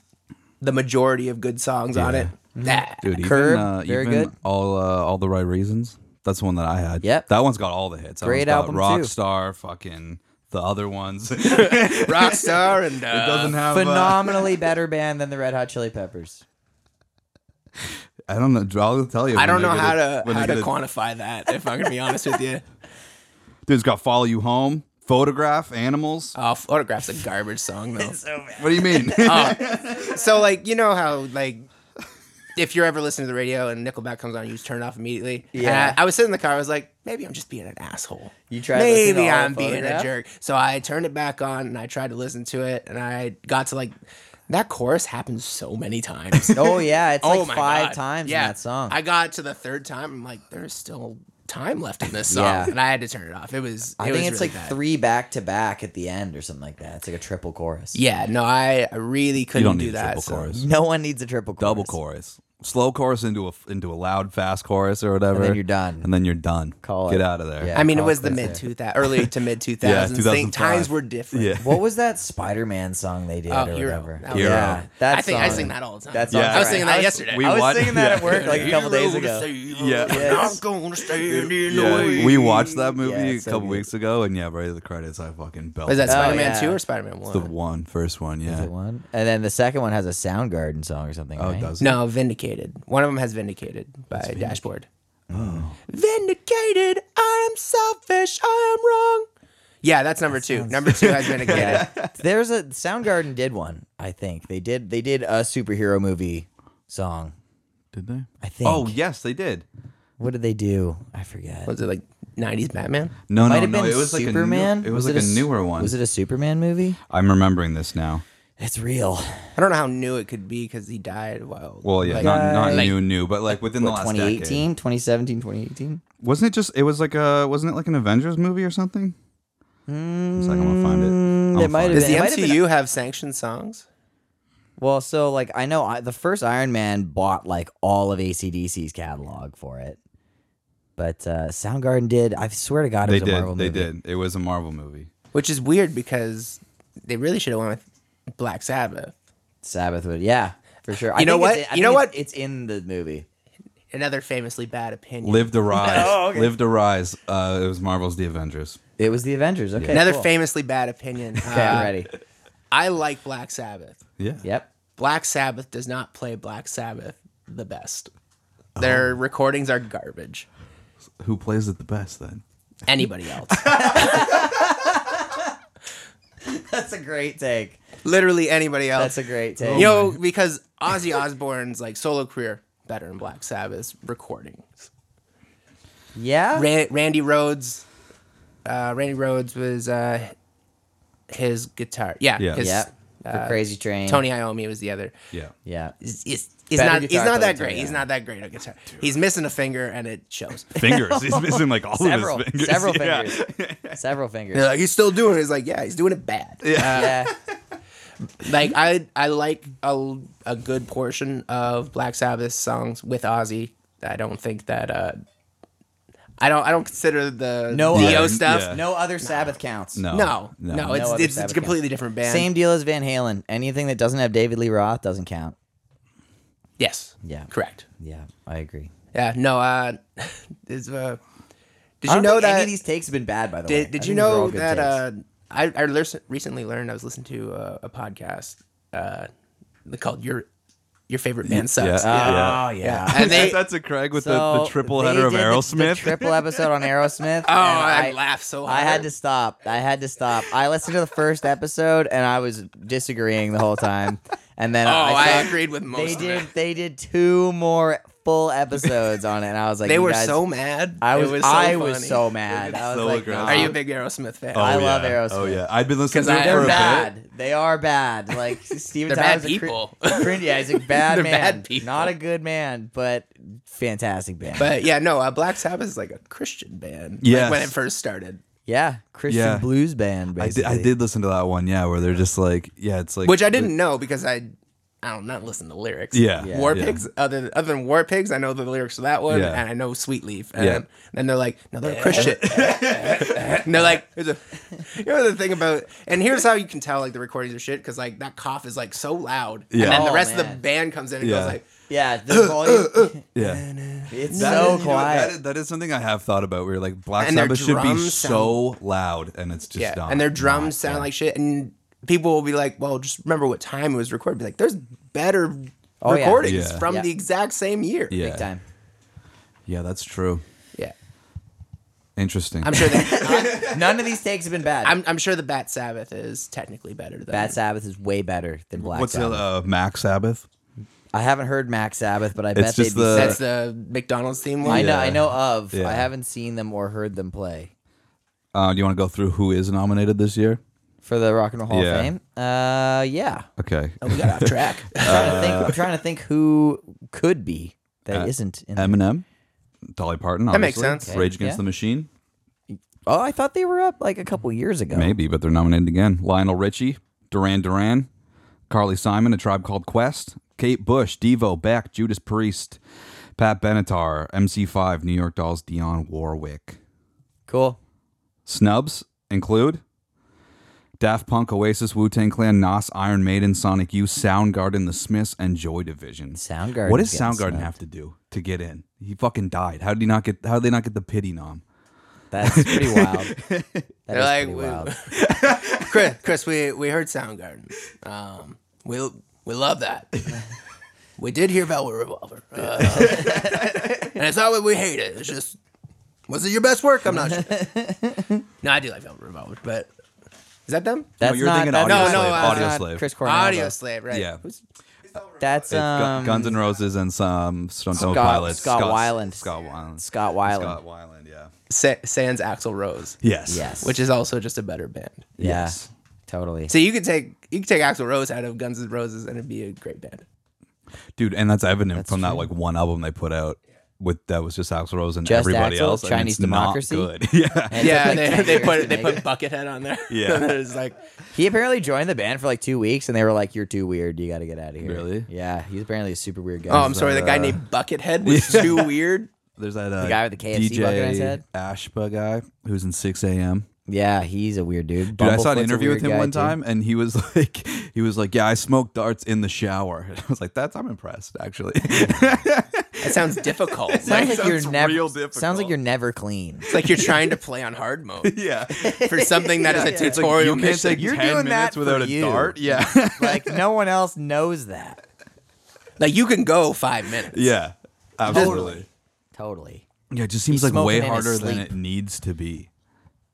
Speaker 6: the majority of good songs on it,
Speaker 5: Mm-hmm.
Speaker 6: That.
Speaker 4: dude. Even,
Speaker 5: Curb,
Speaker 4: uh,
Speaker 5: very
Speaker 4: even
Speaker 5: good.
Speaker 4: All uh, all the right reasons. That's the one that I had.
Speaker 5: Yep.
Speaker 4: that one's got all the hits. That
Speaker 5: Great
Speaker 4: one's
Speaker 5: album, too.
Speaker 4: got Rockstar, fucking the other ones. it
Speaker 6: Rockstar and uh,
Speaker 4: doesn't have. uh,
Speaker 5: Phenomenally better band than the Red Hot Chili Peppers.
Speaker 4: I don't know. I'll tell you.
Speaker 6: I
Speaker 4: when
Speaker 6: don't
Speaker 4: they
Speaker 6: know
Speaker 4: get
Speaker 6: how
Speaker 4: it-
Speaker 6: to
Speaker 4: when they
Speaker 6: how to
Speaker 4: get it.
Speaker 6: quantify that. If I'm gonna be honest with you,
Speaker 4: Dude's got follow you home, photograph, animals.
Speaker 5: Uh,
Speaker 6: oh, photographs a garbage song though.
Speaker 4: What do you
Speaker 5: Oh,
Speaker 4: mean?
Speaker 6: so like you know how like if you're ever listening to the radio and Nickelback comes on, you just turn it off immediately.
Speaker 5: Yeah.
Speaker 6: And I, I was sitting in the car. I was like, maybe I'm just being an asshole.
Speaker 5: You tried listening to
Speaker 6: Maybe
Speaker 5: all
Speaker 6: I'm
Speaker 5: the
Speaker 6: being a
Speaker 5: Photograph?
Speaker 6: jerk. So I turned it back on and I tried to listen to it. And I got to like that chorus happens so many times.
Speaker 5: Oh yeah, it's
Speaker 6: oh
Speaker 5: like
Speaker 6: my
Speaker 5: five
Speaker 6: God.
Speaker 5: times
Speaker 6: Yeah.
Speaker 5: in that song.
Speaker 6: I got to the third time. I'm like, there's still time left in this song,
Speaker 5: Yeah.
Speaker 6: and I had to turn it off. It was.
Speaker 5: I
Speaker 6: it
Speaker 5: think
Speaker 6: was
Speaker 5: it's
Speaker 6: really
Speaker 5: like
Speaker 6: bad.
Speaker 5: three back to back at the end or something like that. It's like a triple chorus.
Speaker 6: Yeah, no, I I really couldn't
Speaker 4: you don't
Speaker 6: do
Speaker 4: need a
Speaker 6: that.
Speaker 4: triple
Speaker 6: so-
Speaker 4: chorus.
Speaker 5: No one needs a triple chorus.
Speaker 4: Double chorus. Slow chorus into a into a loud fast chorus or whatever.
Speaker 5: you're done.
Speaker 4: And then you're done.
Speaker 5: Call
Speaker 4: Get
Speaker 5: it.
Speaker 4: out of there.
Speaker 5: Yeah.
Speaker 6: I mean, it was the
Speaker 5: Cosby's
Speaker 6: mid
Speaker 5: there.
Speaker 6: two thousand, early to mid two thousands.
Speaker 4: 2005.
Speaker 6: Think times were different.
Speaker 4: Yeah.
Speaker 5: What was that Spider Man song they did
Speaker 6: Oh,
Speaker 5: or
Speaker 6: Hero.
Speaker 5: whatever?
Speaker 6: That was-
Speaker 5: Yeah, that
Speaker 6: I think I
Speaker 5: song-
Speaker 6: sing that all the time.
Speaker 5: That
Speaker 4: Yeah.
Speaker 5: song's
Speaker 4: I was
Speaker 5: great.
Speaker 6: singing that
Speaker 5: I was-
Speaker 6: yesterday.
Speaker 4: We
Speaker 5: I was
Speaker 4: watch-
Speaker 5: singing that at
Speaker 4: yeah.
Speaker 5: work like a couple days ago.
Speaker 4: Yeah.
Speaker 5: Yes.
Speaker 6: I'm going to stand in the way.
Speaker 4: Yeah, we watched that movie
Speaker 5: Yeah,
Speaker 4: a
Speaker 5: it's so
Speaker 4: couple
Speaker 5: good.
Speaker 4: weeks ago, and yeah, right at the credits, I fucking belted.
Speaker 6: Was that
Speaker 4: it.
Speaker 6: Spider Man
Speaker 5: yeah.
Speaker 6: two or Spider Man
Speaker 4: Oh, the
Speaker 6: one?
Speaker 4: one first one? Yeah.
Speaker 5: Is it one? And then the second one has a Soundgarden song or something.
Speaker 4: Oh,
Speaker 5: right?
Speaker 4: does it?
Speaker 6: No, Vindicated. One of them has Vindicated by Dashboard. Vindicated. I am selfish. I am wrong. Yeah, that's number two. Number two has Vindicated.
Speaker 5: There's a Soundgarden did one. I think they did. They did a superhero movie song.
Speaker 4: Did they?
Speaker 5: I think.
Speaker 4: Oh yes, they did.
Speaker 5: What did they do? I forget.
Speaker 6: Was it like '90s Batman?
Speaker 4: No,
Speaker 5: Might
Speaker 4: no,
Speaker 5: have
Speaker 4: no.
Speaker 5: been
Speaker 4: It was
Speaker 5: Superman.
Speaker 4: like a new, It was, like
Speaker 5: it
Speaker 4: a,
Speaker 5: s-
Speaker 4: newer one.
Speaker 5: Was it a Superman movie?
Speaker 4: I'm remembering this now.
Speaker 5: It's real.
Speaker 6: I don't know how new it could be because he died while.
Speaker 4: Well, yeah,
Speaker 6: like,
Speaker 4: not not
Speaker 6: like-
Speaker 4: new, new, but like within the last
Speaker 5: 2018,
Speaker 4: decade.
Speaker 5: 2017, 2018.
Speaker 4: Wasn't it just? It was like a. Wasn't it like an Avengers movie or something? Mm, I'm gonna find it. I'm gonna
Speaker 5: might
Speaker 4: find
Speaker 5: have
Speaker 4: it.
Speaker 6: Does the
Speaker 5: It might have been-
Speaker 6: MCU have sanctioned songs?
Speaker 5: Well, so like I know I, the first Iron Man bought like all of ACDC's catalog for it, but uh, Soundgarden did. I swear to God, it
Speaker 4: They
Speaker 5: was a Marvel
Speaker 4: did. They
Speaker 5: movie.
Speaker 4: did. It was a Marvel movie.
Speaker 6: Which is weird because they really should have went with Black Sabbath.
Speaker 5: Sabbath would, yeah, for sure. I
Speaker 6: You know
Speaker 5: think it's
Speaker 6: what?
Speaker 5: in- I
Speaker 6: You
Speaker 5: think
Speaker 6: know
Speaker 5: it's-
Speaker 6: what?
Speaker 5: It's in the movie.
Speaker 6: Another famously bad opinion.
Speaker 4: Live to rise.
Speaker 5: Oh,
Speaker 4: Live to rise. Uh, it was Marvel's The Avengers.
Speaker 5: It was the Avengers. Okay,
Speaker 6: Another
Speaker 5: cool.
Speaker 6: famously bad opinion.
Speaker 5: Okay, I'm
Speaker 6: Uh,
Speaker 5: ready.
Speaker 6: I like Black Sabbath.
Speaker 4: Yeah.
Speaker 5: Yep.
Speaker 6: Black Sabbath does not play Black Sabbath the best.
Speaker 4: Oh.
Speaker 6: Their recordings are garbage.
Speaker 4: Who plays it the best then?
Speaker 6: Anybody else?
Speaker 5: That's a great take.
Speaker 6: Literally anybody else.
Speaker 5: That's a great take.
Speaker 6: you know, because Ozzy Osbourne's like solo career better than Black Sabbath's recordings.
Speaker 5: yeah.
Speaker 6: Ra- Randy Rhodes, uh, Randy Rhodes was uh, his guitar. Yeah,
Speaker 4: Yeah.
Speaker 6: his-
Speaker 5: Yep. The Crazy Train.
Speaker 6: Uh, Tony Iommi was the other.
Speaker 4: Yeah.
Speaker 5: Yeah.
Speaker 6: He's, he's, he's
Speaker 5: Better
Speaker 6: not. He's
Speaker 5: guitar
Speaker 6: not
Speaker 5: player
Speaker 6: that
Speaker 5: than
Speaker 6: great.
Speaker 5: Tony
Speaker 6: He's
Speaker 5: Iommi.
Speaker 6: not that great at guitar. He's missing a finger, and it shows.
Speaker 4: Fingers. He's missing like all
Speaker 5: Several.
Speaker 4: of his fingers.
Speaker 5: Several
Speaker 4: Yeah.
Speaker 5: fingers. Several fingers.
Speaker 6: They're like, he's still doing it. It's like, yeah, he's doing it bad.
Speaker 5: yeah.
Speaker 6: Like I, I like a, a good portion of Black Sabbath songs with Ozzy. I don't think that. Uh, I don't. I don't consider the
Speaker 5: No
Speaker 6: Neo
Speaker 5: other-
Speaker 6: stuff.
Speaker 4: yeah.
Speaker 5: No other Sabbath counts.
Speaker 4: No.
Speaker 6: No, no,
Speaker 4: No.
Speaker 6: it's
Speaker 5: other
Speaker 6: it's, it's
Speaker 5: Sabbath
Speaker 6: a completely different band.
Speaker 5: Same deal as Van Halen. Anything that doesn't have David Lee Roth doesn't count.
Speaker 6: Yes.
Speaker 5: Yeah.
Speaker 6: Correct.
Speaker 5: Yeah, I agree.
Speaker 6: Yeah. No. Uh, is uh, did
Speaker 5: I
Speaker 6: you
Speaker 5: don't
Speaker 6: know
Speaker 5: think
Speaker 6: that?
Speaker 5: any of these takes have been bad? By the way,
Speaker 6: did
Speaker 5: I
Speaker 6: did
Speaker 5: think
Speaker 6: you
Speaker 5: these are all
Speaker 6: know
Speaker 5: good
Speaker 6: that?
Speaker 5: takes.
Speaker 6: Uh, I I lear- recently learned I was listening to uh, a podcast uh, called your your favorite band sucks.
Speaker 4: Yeah. Yeah.
Speaker 5: oh yeah.
Speaker 6: And they,
Speaker 4: That's a Craig with the,
Speaker 5: So,
Speaker 4: the triple
Speaker 5: they
Speaker 4: header of
Speaker 5: did the-
Speaker 4: Aerosmith.
Speaker 5: The triple episode on Aerosmith.
Speaker 6: oh,
Speaker 5: and
Speaker 6: I, laughed so hard.
Speaker 5: I had to stop. I had to stop. I listened to the first episode and I was disagreeing the whole time. And then
Speaker 6: Oh,
Speaker 5: I,
Speaker 6: I,
Speaker 5: saw-
Speaker 6: agreed with most
Speaker 5: They
Speaker 6: of
Speaker 5: did.
Speaker 6: it.
Speaker 5: They did two more full episodes on it, and I was like,
Speaker 6: They
Speaker 5: you
Speaker 6: were
Speaker 5: guys-
Speaker 6: so mad.
Speaker 5: I
Speaker 6: It
Speaker 5: was.
Speaker 6: so
Speaker 5: I was
Speaker 6: funny.
Speaker 5: so mad. I was
Speaker 4: so
Speaker 5: like,
Speaker 4: aggressive.
Speaker 5: nah.
Speaker 6: Are you a big Aerosmith fan?
Speaker 4: Oh,
Speaker 5: I love
Speaker 4: yeah.
Speaker 5: Aerosmith.
Speaker 4: Oh yeah, I've been listening
Speaker 6: 'Cause
Speaker 4: to
Speaker 6: I-
Speaker 4: it
Speaker 6: they're
Speaker 4: for a bit.
Speaker 5: bad. They are bad. Like Steven
Speaker 6: They're
Speaker 5: Tyler's
Speaker 6: bad
Speaker 5: a cr-
Speaker 6: people.
Speaker 5: cringe- yeah, he's a bad
Speaker 6: They're
Speaker 5: man.
Speaker 6: bad people.
Speaker 5: Not a good man, but fantastic band.
Speaker 6: But yeah, no, uh, Black Sabbath is like a Christian band.
Speaker 4: Yes.
Speaker 6: Like when it first started.
Speaker 5: yeah, Christian
Speaker 4: Yeah.
Speaker 5: blues band.
Speaker 4: I did,
Speaker 5: Basically,
Speaker 4: I did listen to that one, yeah, where they're just like, yeah, it's like
Speaker 6: Which I didn't know because I I don't not listen to lyrics.
Speaker 4: Yeah,
Speaker 5: Yeah.
Speaker 6: War
Speaker 4: yeah.
Speaker 6: Pigs. Other than, other than War Pigs, I know the lyrics to that one,
Speaker 4: Yeah.
Speaker 6: and I know Sweet Leaf. And
Speaker 4: Yeah.
Speaker 6: then, then they're like, no, they're Christian. and they're like, there's a, you know the thing about, and here's how you can tell like the recordings are shit because like that cough is like so loud,
Speaker 4: Yeah.
Speaker 6: and then the
Speaker 5: Oh,
Speaker 6: rest of the
Speaker 5: man.
Speaker 6: band comes in and
Speaker 4: Yeah.
Speaker 6: goes like,
Speaker 5: Yeah, the volume.
Speaker 4: yeah.
Speaker 5: it's
Speaker 4: That
Speaker 5: so
Speaker 4: is- you know,
Speaker 5: quiet.
Speaker 4: that, is, that is something I have thought about. Where like Black
Speaker 6: And their
Speaker 4: Sabbath should be
Speaker 6: drums sound-
Speaker 4: so loud, and it's just
Speaker 6: yeah,
Speaker 4: not.
Speaker 6: and their drums sound like shit, and people will be like, well, just remember what time it was recorded. Be like, there's better
Speaker 5: Oh, yeah.
Speaker 6: recordings
Speaker 4: Yeah.
Speaker 6: from
Speaker 5: Yeah.
Speaker 6: the exact same year.
Speaker 4: yeah,
Speaker 5: Big time.
Speaker 4: yeah, that's true.
Speaker 6: yeah.
Speaker 4: Interesting.
Speaker 6: I'm sure that
Speaker 5: None of these takes have been bad.
Speaker 6: I'm, I'm sure the Bat Sabbath is technically better than
Speaker 5: Bad Sabbath is way better than Black
Speaker 4: What's
Speaker 5: Sabbath.
Speaker 4: the uh, Mac Sabbath?
Speaker 5: I haven't heard Max Sabbath, but I bet they'd
Speaker 4: just
Speaker 5: be.
Speaker 4: the-
Speaker 5: sick.
Speaker 6: That's the McDonald's theme one.
Speaker 5: I know, I
Speaker 4: Yeah.
Speaker 5: know of.
Speaker 4: Yeah.
Speaker 5: I haven't seen them or heard them play
Speaker 4: Uh, do you want to go through who is nominated this year?
Speaker 5: for the Rock and Roll Hall
Speaker 4: Yeah.
Speaker 5: of Fame. Uh, yeah.
Speaker 4: Okay,
Speaker 6: We got off track.
Speaker 5: I'm trying, to
Speaker 4: Uh,
Speaker 5: think, I'm trying to think who could be that not In
Speaker 4: Eminem, Dolly Parton. Obviously.
Speaker 6: makes sense.
Speaker 4: Rage Against
Speaker 5: Yeah.
Speaker 4: the Machine,
Speaker 5: oh, I thought they were up like a couple years ago.
Speaker 4: maybe, but they're nominated again. Lionel Richie, Duran Duran, Carly Simon, A Tribe Called Quest, Kate Bush, Devo, Beck, Judas Priest, Pat Benatar, MC5, New York Dolls, Dionne Warwick.
Speaker 5: Cool.
Speaker 4: Snubs include Daft Punk, Oasis, Wu Tang Clan, Nas, Iron Maiden, Sonic Youth, Soundgarden, The Smiths, and Joy Division.
Speaker 5: Soundgarden.
Speaker 4: what does Soundgarden have to do to get in? He fucking died. How did he not get? How did they not get the pity nom?
Speaker 5: That's pretty wild. That is
Speaker 6: like,
Speaker 5: pretty
Speaker 6: we-
Speaker 5: wild.
Speaker 6: Chris, Chris, we we heard Soundgarden. Um, we we love that. we did hear about Revolver, uh, and it's not what we hate it. It's just was it your best work? I'm not sure. no, I do like Velvet Revolver, but is that them?
Speaker 5: That's
Speaker 4: you're
Speaker 5: not,
Speaker 4: thinking
Speaker 5: that's
Speaker 4: Audio
Speaker 5: not-
Speaker 6: Slave,
Speaker 5: that's
Speaker 4: Audio
Speaker 5: not
Speaker 4: Slave.
Speaker 5: Chris Cornell.
Speaker 6: Audio
Speaker 5: though.
Speaker 6: Slave, right?
Speaker 4: Yeah.
Speaker 6: Who's-
Speaker 5: That's
Speaker 4: It's Gu-
Speaker 5: um,
Speaker 4: Guns N' Roses and some Stone Temple
Speaker 5: Scott-
Speaker 4: Pilots.
Speaker 5: Scott Weiland.
Speaker 4: Scott Weiland.
Speaker 5: Scott Weiland.
Speaker 4: Scott Weiland. Yeah.
Speaker 6: Sa- Sans Axl Rose,
Speaker 4: Yes.
Speaker 5: Yes.
Speaker 6: which is also just a better band.
Speaker 5: yeah,
Speaker 4: Yes.
Speaker 5: totally.
Speaker 6: So you could take you could take Axl Rose out of Guns N' Roses, and it'd be a great band.
Speaker 4: Dude, and that's evident from that like one album they put out with that was just Axl Rose and
Speaker 5: Just
Speaker 4: everybody
Speaker 5: Axl,
Speaker 4: else. and it's
Speaker 5: Chinese
Speaker 4: not
Speaker 5: Democracy?
Speaker 4: good. yeah.
Speaker 5: And it took,
Speaker 6: yeah,
Speaker 5: like, 10
Speaker 6: they, they
Speaker 5: years
Speaker 6: put
Speaker 5: to
Speaker 6: they
Speaker 5: make
Speaker 6: put
Speaker 5: it.
Speaker 6: Buckethead on there.
Speaker 4: Yeah.
Speaker 6: And it's like
Speaker 5: He apparently joined the band for like two weeks, and they were like, "You're too weird. You got to get out of here."
Speaker 4: Really?
Speaker 5: Yeah, he's apparently a super weird guy.
Speaker 6: Oh, I'm sorry. The guy named Buckethead was too weird.
Speaker 4: There's that uh,
Speaker 5: guy with the KFC
Speaker 4: DJ
Speaker 5: bucket on his head?
Speaker 4: Ashba guy who's in 6 a.m.
Speaker 5: Yeah, he's a weird dude.
Speaker 4: Dude, I saw an
Speaker 5: Bumblefoot's a
Speaker 4: interview with
Speaker 5: weird
Speaker 4: him
Speaker 5: guy,
Speaker 4: one
Speaker 5: too.
Speaker 4: time, and he was like, he was like, yeah, I smoked darts in the shower. And I was like, that's I'm impressed actually.
Speaker 6: That sounds difficult.
Speaker 5: Sounds
Speaker 6: Like,
Speaker 5: like you're
Speaker 4: sounds
Speaker 5: never.
Speaker 4: real
Speaker 5: Sounds like
Speaker 4: difficult.
Speaker 5: you're never clean.
Speaker 6: it's like you're trying to play on hard mode
Speaker 4: yeah,
Speaker 6: for something that is
Speaker 4: It's
Speaker 6: a
Speaker 4: like,
Speaker 6: tutorial
Speaker 4: you can't
Speaker 6: mission.
Speaker 4: take
Speaker 5: You're
Speaker 4: 10
Speaker 5: doing
Speaker 4: minutes
Speaker 5: that for
Speaker 4: without a
Speaker 5: you.
Speaker 4: dart. Yeah,
Speaker 5: Like no one else knows that.
Speaker 6: like you can go five minutes.
Speaker 4: yeah, absolutely.
Speaker 5: Totally.
Speaker 4: Yeah, it just seems
Speaker 5: He's
Speaker 4: like way
Speaker 5: smoking in his
Speaker 4: harder than
Speaker 5: sleep.
Speaker 4: it needs to be.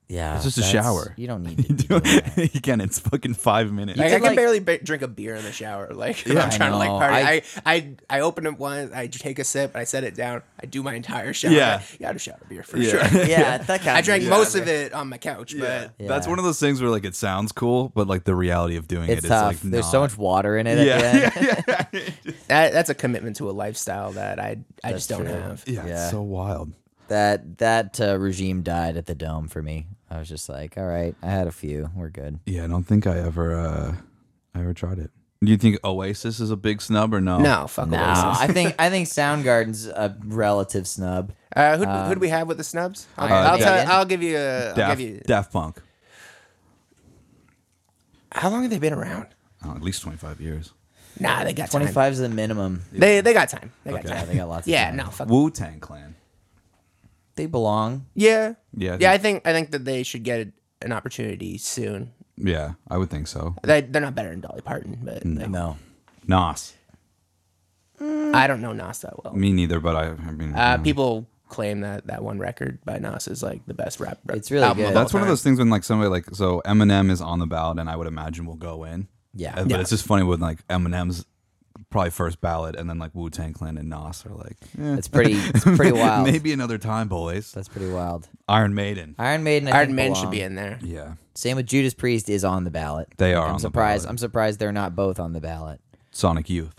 Speaker 5: Yeah,
Speaker 4: It's just a
Speaker 5: that's-
Speaker 4: shower.
Speaker 5: You don't need to. Be doing that.
Speaker 4: Again, it's fucking five minutes.
Speaker 6: Like, I
Speaker 5: could,
Speaker 6: can
Speaker 5: like-
Speaker 6: barely ba- drink a beer in the shower. Like I'm
Speaker 5: I
Speaker 6: trying to like
Speaker 5: know.
Speaker 6: party.
Speaker 5: I-
Speaker 6: I, I I open it once. I take a sip. I set it down. I do my entire shower.
Speaker 4: Yeah.
Speaker 6: yeah, I had a shower beer for
Speaker 4: Yeah.
Speaker 6: sure.
Speaker 5: Yeah, that kind
Speaker 6: I drank most of it on my couch,
Speaker 4: Yeah.
Speaker 6: but
Speaker 4: That's
Speaker 5: Yeah.
Speaker 4: one of those things where like it sounds cool, but like the reality of doing
Speaker 5: It's
Speaker 4: it is
Speaker 5: tough.
Speaker 4: like
Speaker 5: There's
Speaker 4: not.
Speaker 5: so much water in it.
Speaker 4: Yeah.
Speaker 5: At the end.
Speaker 6: that, that's a commitment to a lifestyle that I I just don't have.
Speaker 4: Yeah,
Speaker 5: Yeah.
Speaker 4: It's so wild.
Speaker 5: That that uh, regime died at the dome for me. I was just like, all right, I had a few. We're good.
Speaker 4: Yeah, I don't think I ever uh I ever tried it. Do you think Oasis is a big snub or no?
Speaker 6: No, fuck
Speaker 5: No,
Speaker 6: Oasis.
Speaker 5: I think I think Soundgarden's a relative snub.
Speaker 6: Uh, who'd, who'd we have with the snubs? I'll,
Speaker 5: Iron
Speaker 6: I'll,
Speaker 5: Maiden.
Speaker 6: tell- I'll give you. A, I'll
Speaker 4: Daft,
Speaker 6: give you.
Speaker 4: Daft Punk.
Speaker 6: How long have they been around?
Speaker 4: Oh, at least 25 years.
Speaker 6: Nah, they got
Speaker 5: Twenty
Speaker 6: time.
Speaker 5: five is the minimum.
Speaker 6: They they got time. They got
Speaker 4: Okay.
Speaker 5: Yeah,
Speaker 6: time.
Speaker 5: they got lots. Of
Speaker 6: Yeah,
Speaker 5: time.
Speaker 6: no, fuck.
Speaker 4: Wu Tang Clan.
Speaker 5: they belong.
Speaker 6: Yeah,
Speaker 4: Yeah, I
Speaker 6: yeah. I think I think that they should get an opportunity soon.
Speaker 4: Yeah, I would think so.
Speaker 6: They they're not better than Dolly Parton, but like,
Speaker 5: No,
Speaker 4: Nas.
Speaker 6: I don't know Nas that well.
Speaker 4: Me neither, but I, I mean,
Speaker 6: Uh,
Speaker 4: yeah.
Speaker 6: People claim that that one record by Nas is like the best rap. rap
Speaker 5: It's really
Speaker 6: album
Speaker 5: good.
Speaker 6: Of all
Speaker 4: that's one of
Speaker 6: time.
Speaker 4: those things when like somebody like so Eminem is on the ballot, and I would imagine will go in.
Speaker 5: Yeah.
Speaker 4: Uh, but
Speaker 5: Yeah.
Speaker 4: it's just funny when like Eminem's probably first ballot, and then like Wu Tang Clan and Nas are like, eh,
Speaker 5: it's pretty. It's pretty wild.
Speaker 4: maybe another time, boys.
Speaker 5: that's pretty wild.
Speaker 4: Iron Maiden.
Speaker 5: Iron Maiden. I
Speaker 6: Iron
Speaker 5: think,
Speaker 6: Man
Speaker 5: belong.
Speaker 6: should be in there.
Speaker 4: yeah,
Speaker 5: Same with Judas Priest is on the ballot.
Speaker 4: They are
Speaker 5: I'm
Speaker 4: on the
Speaker 5: surprised.
Speaker 4: ballot.
Speaker 5: I'm surprised they're not both on the ballot.
Speaker 4: Sonic Youth.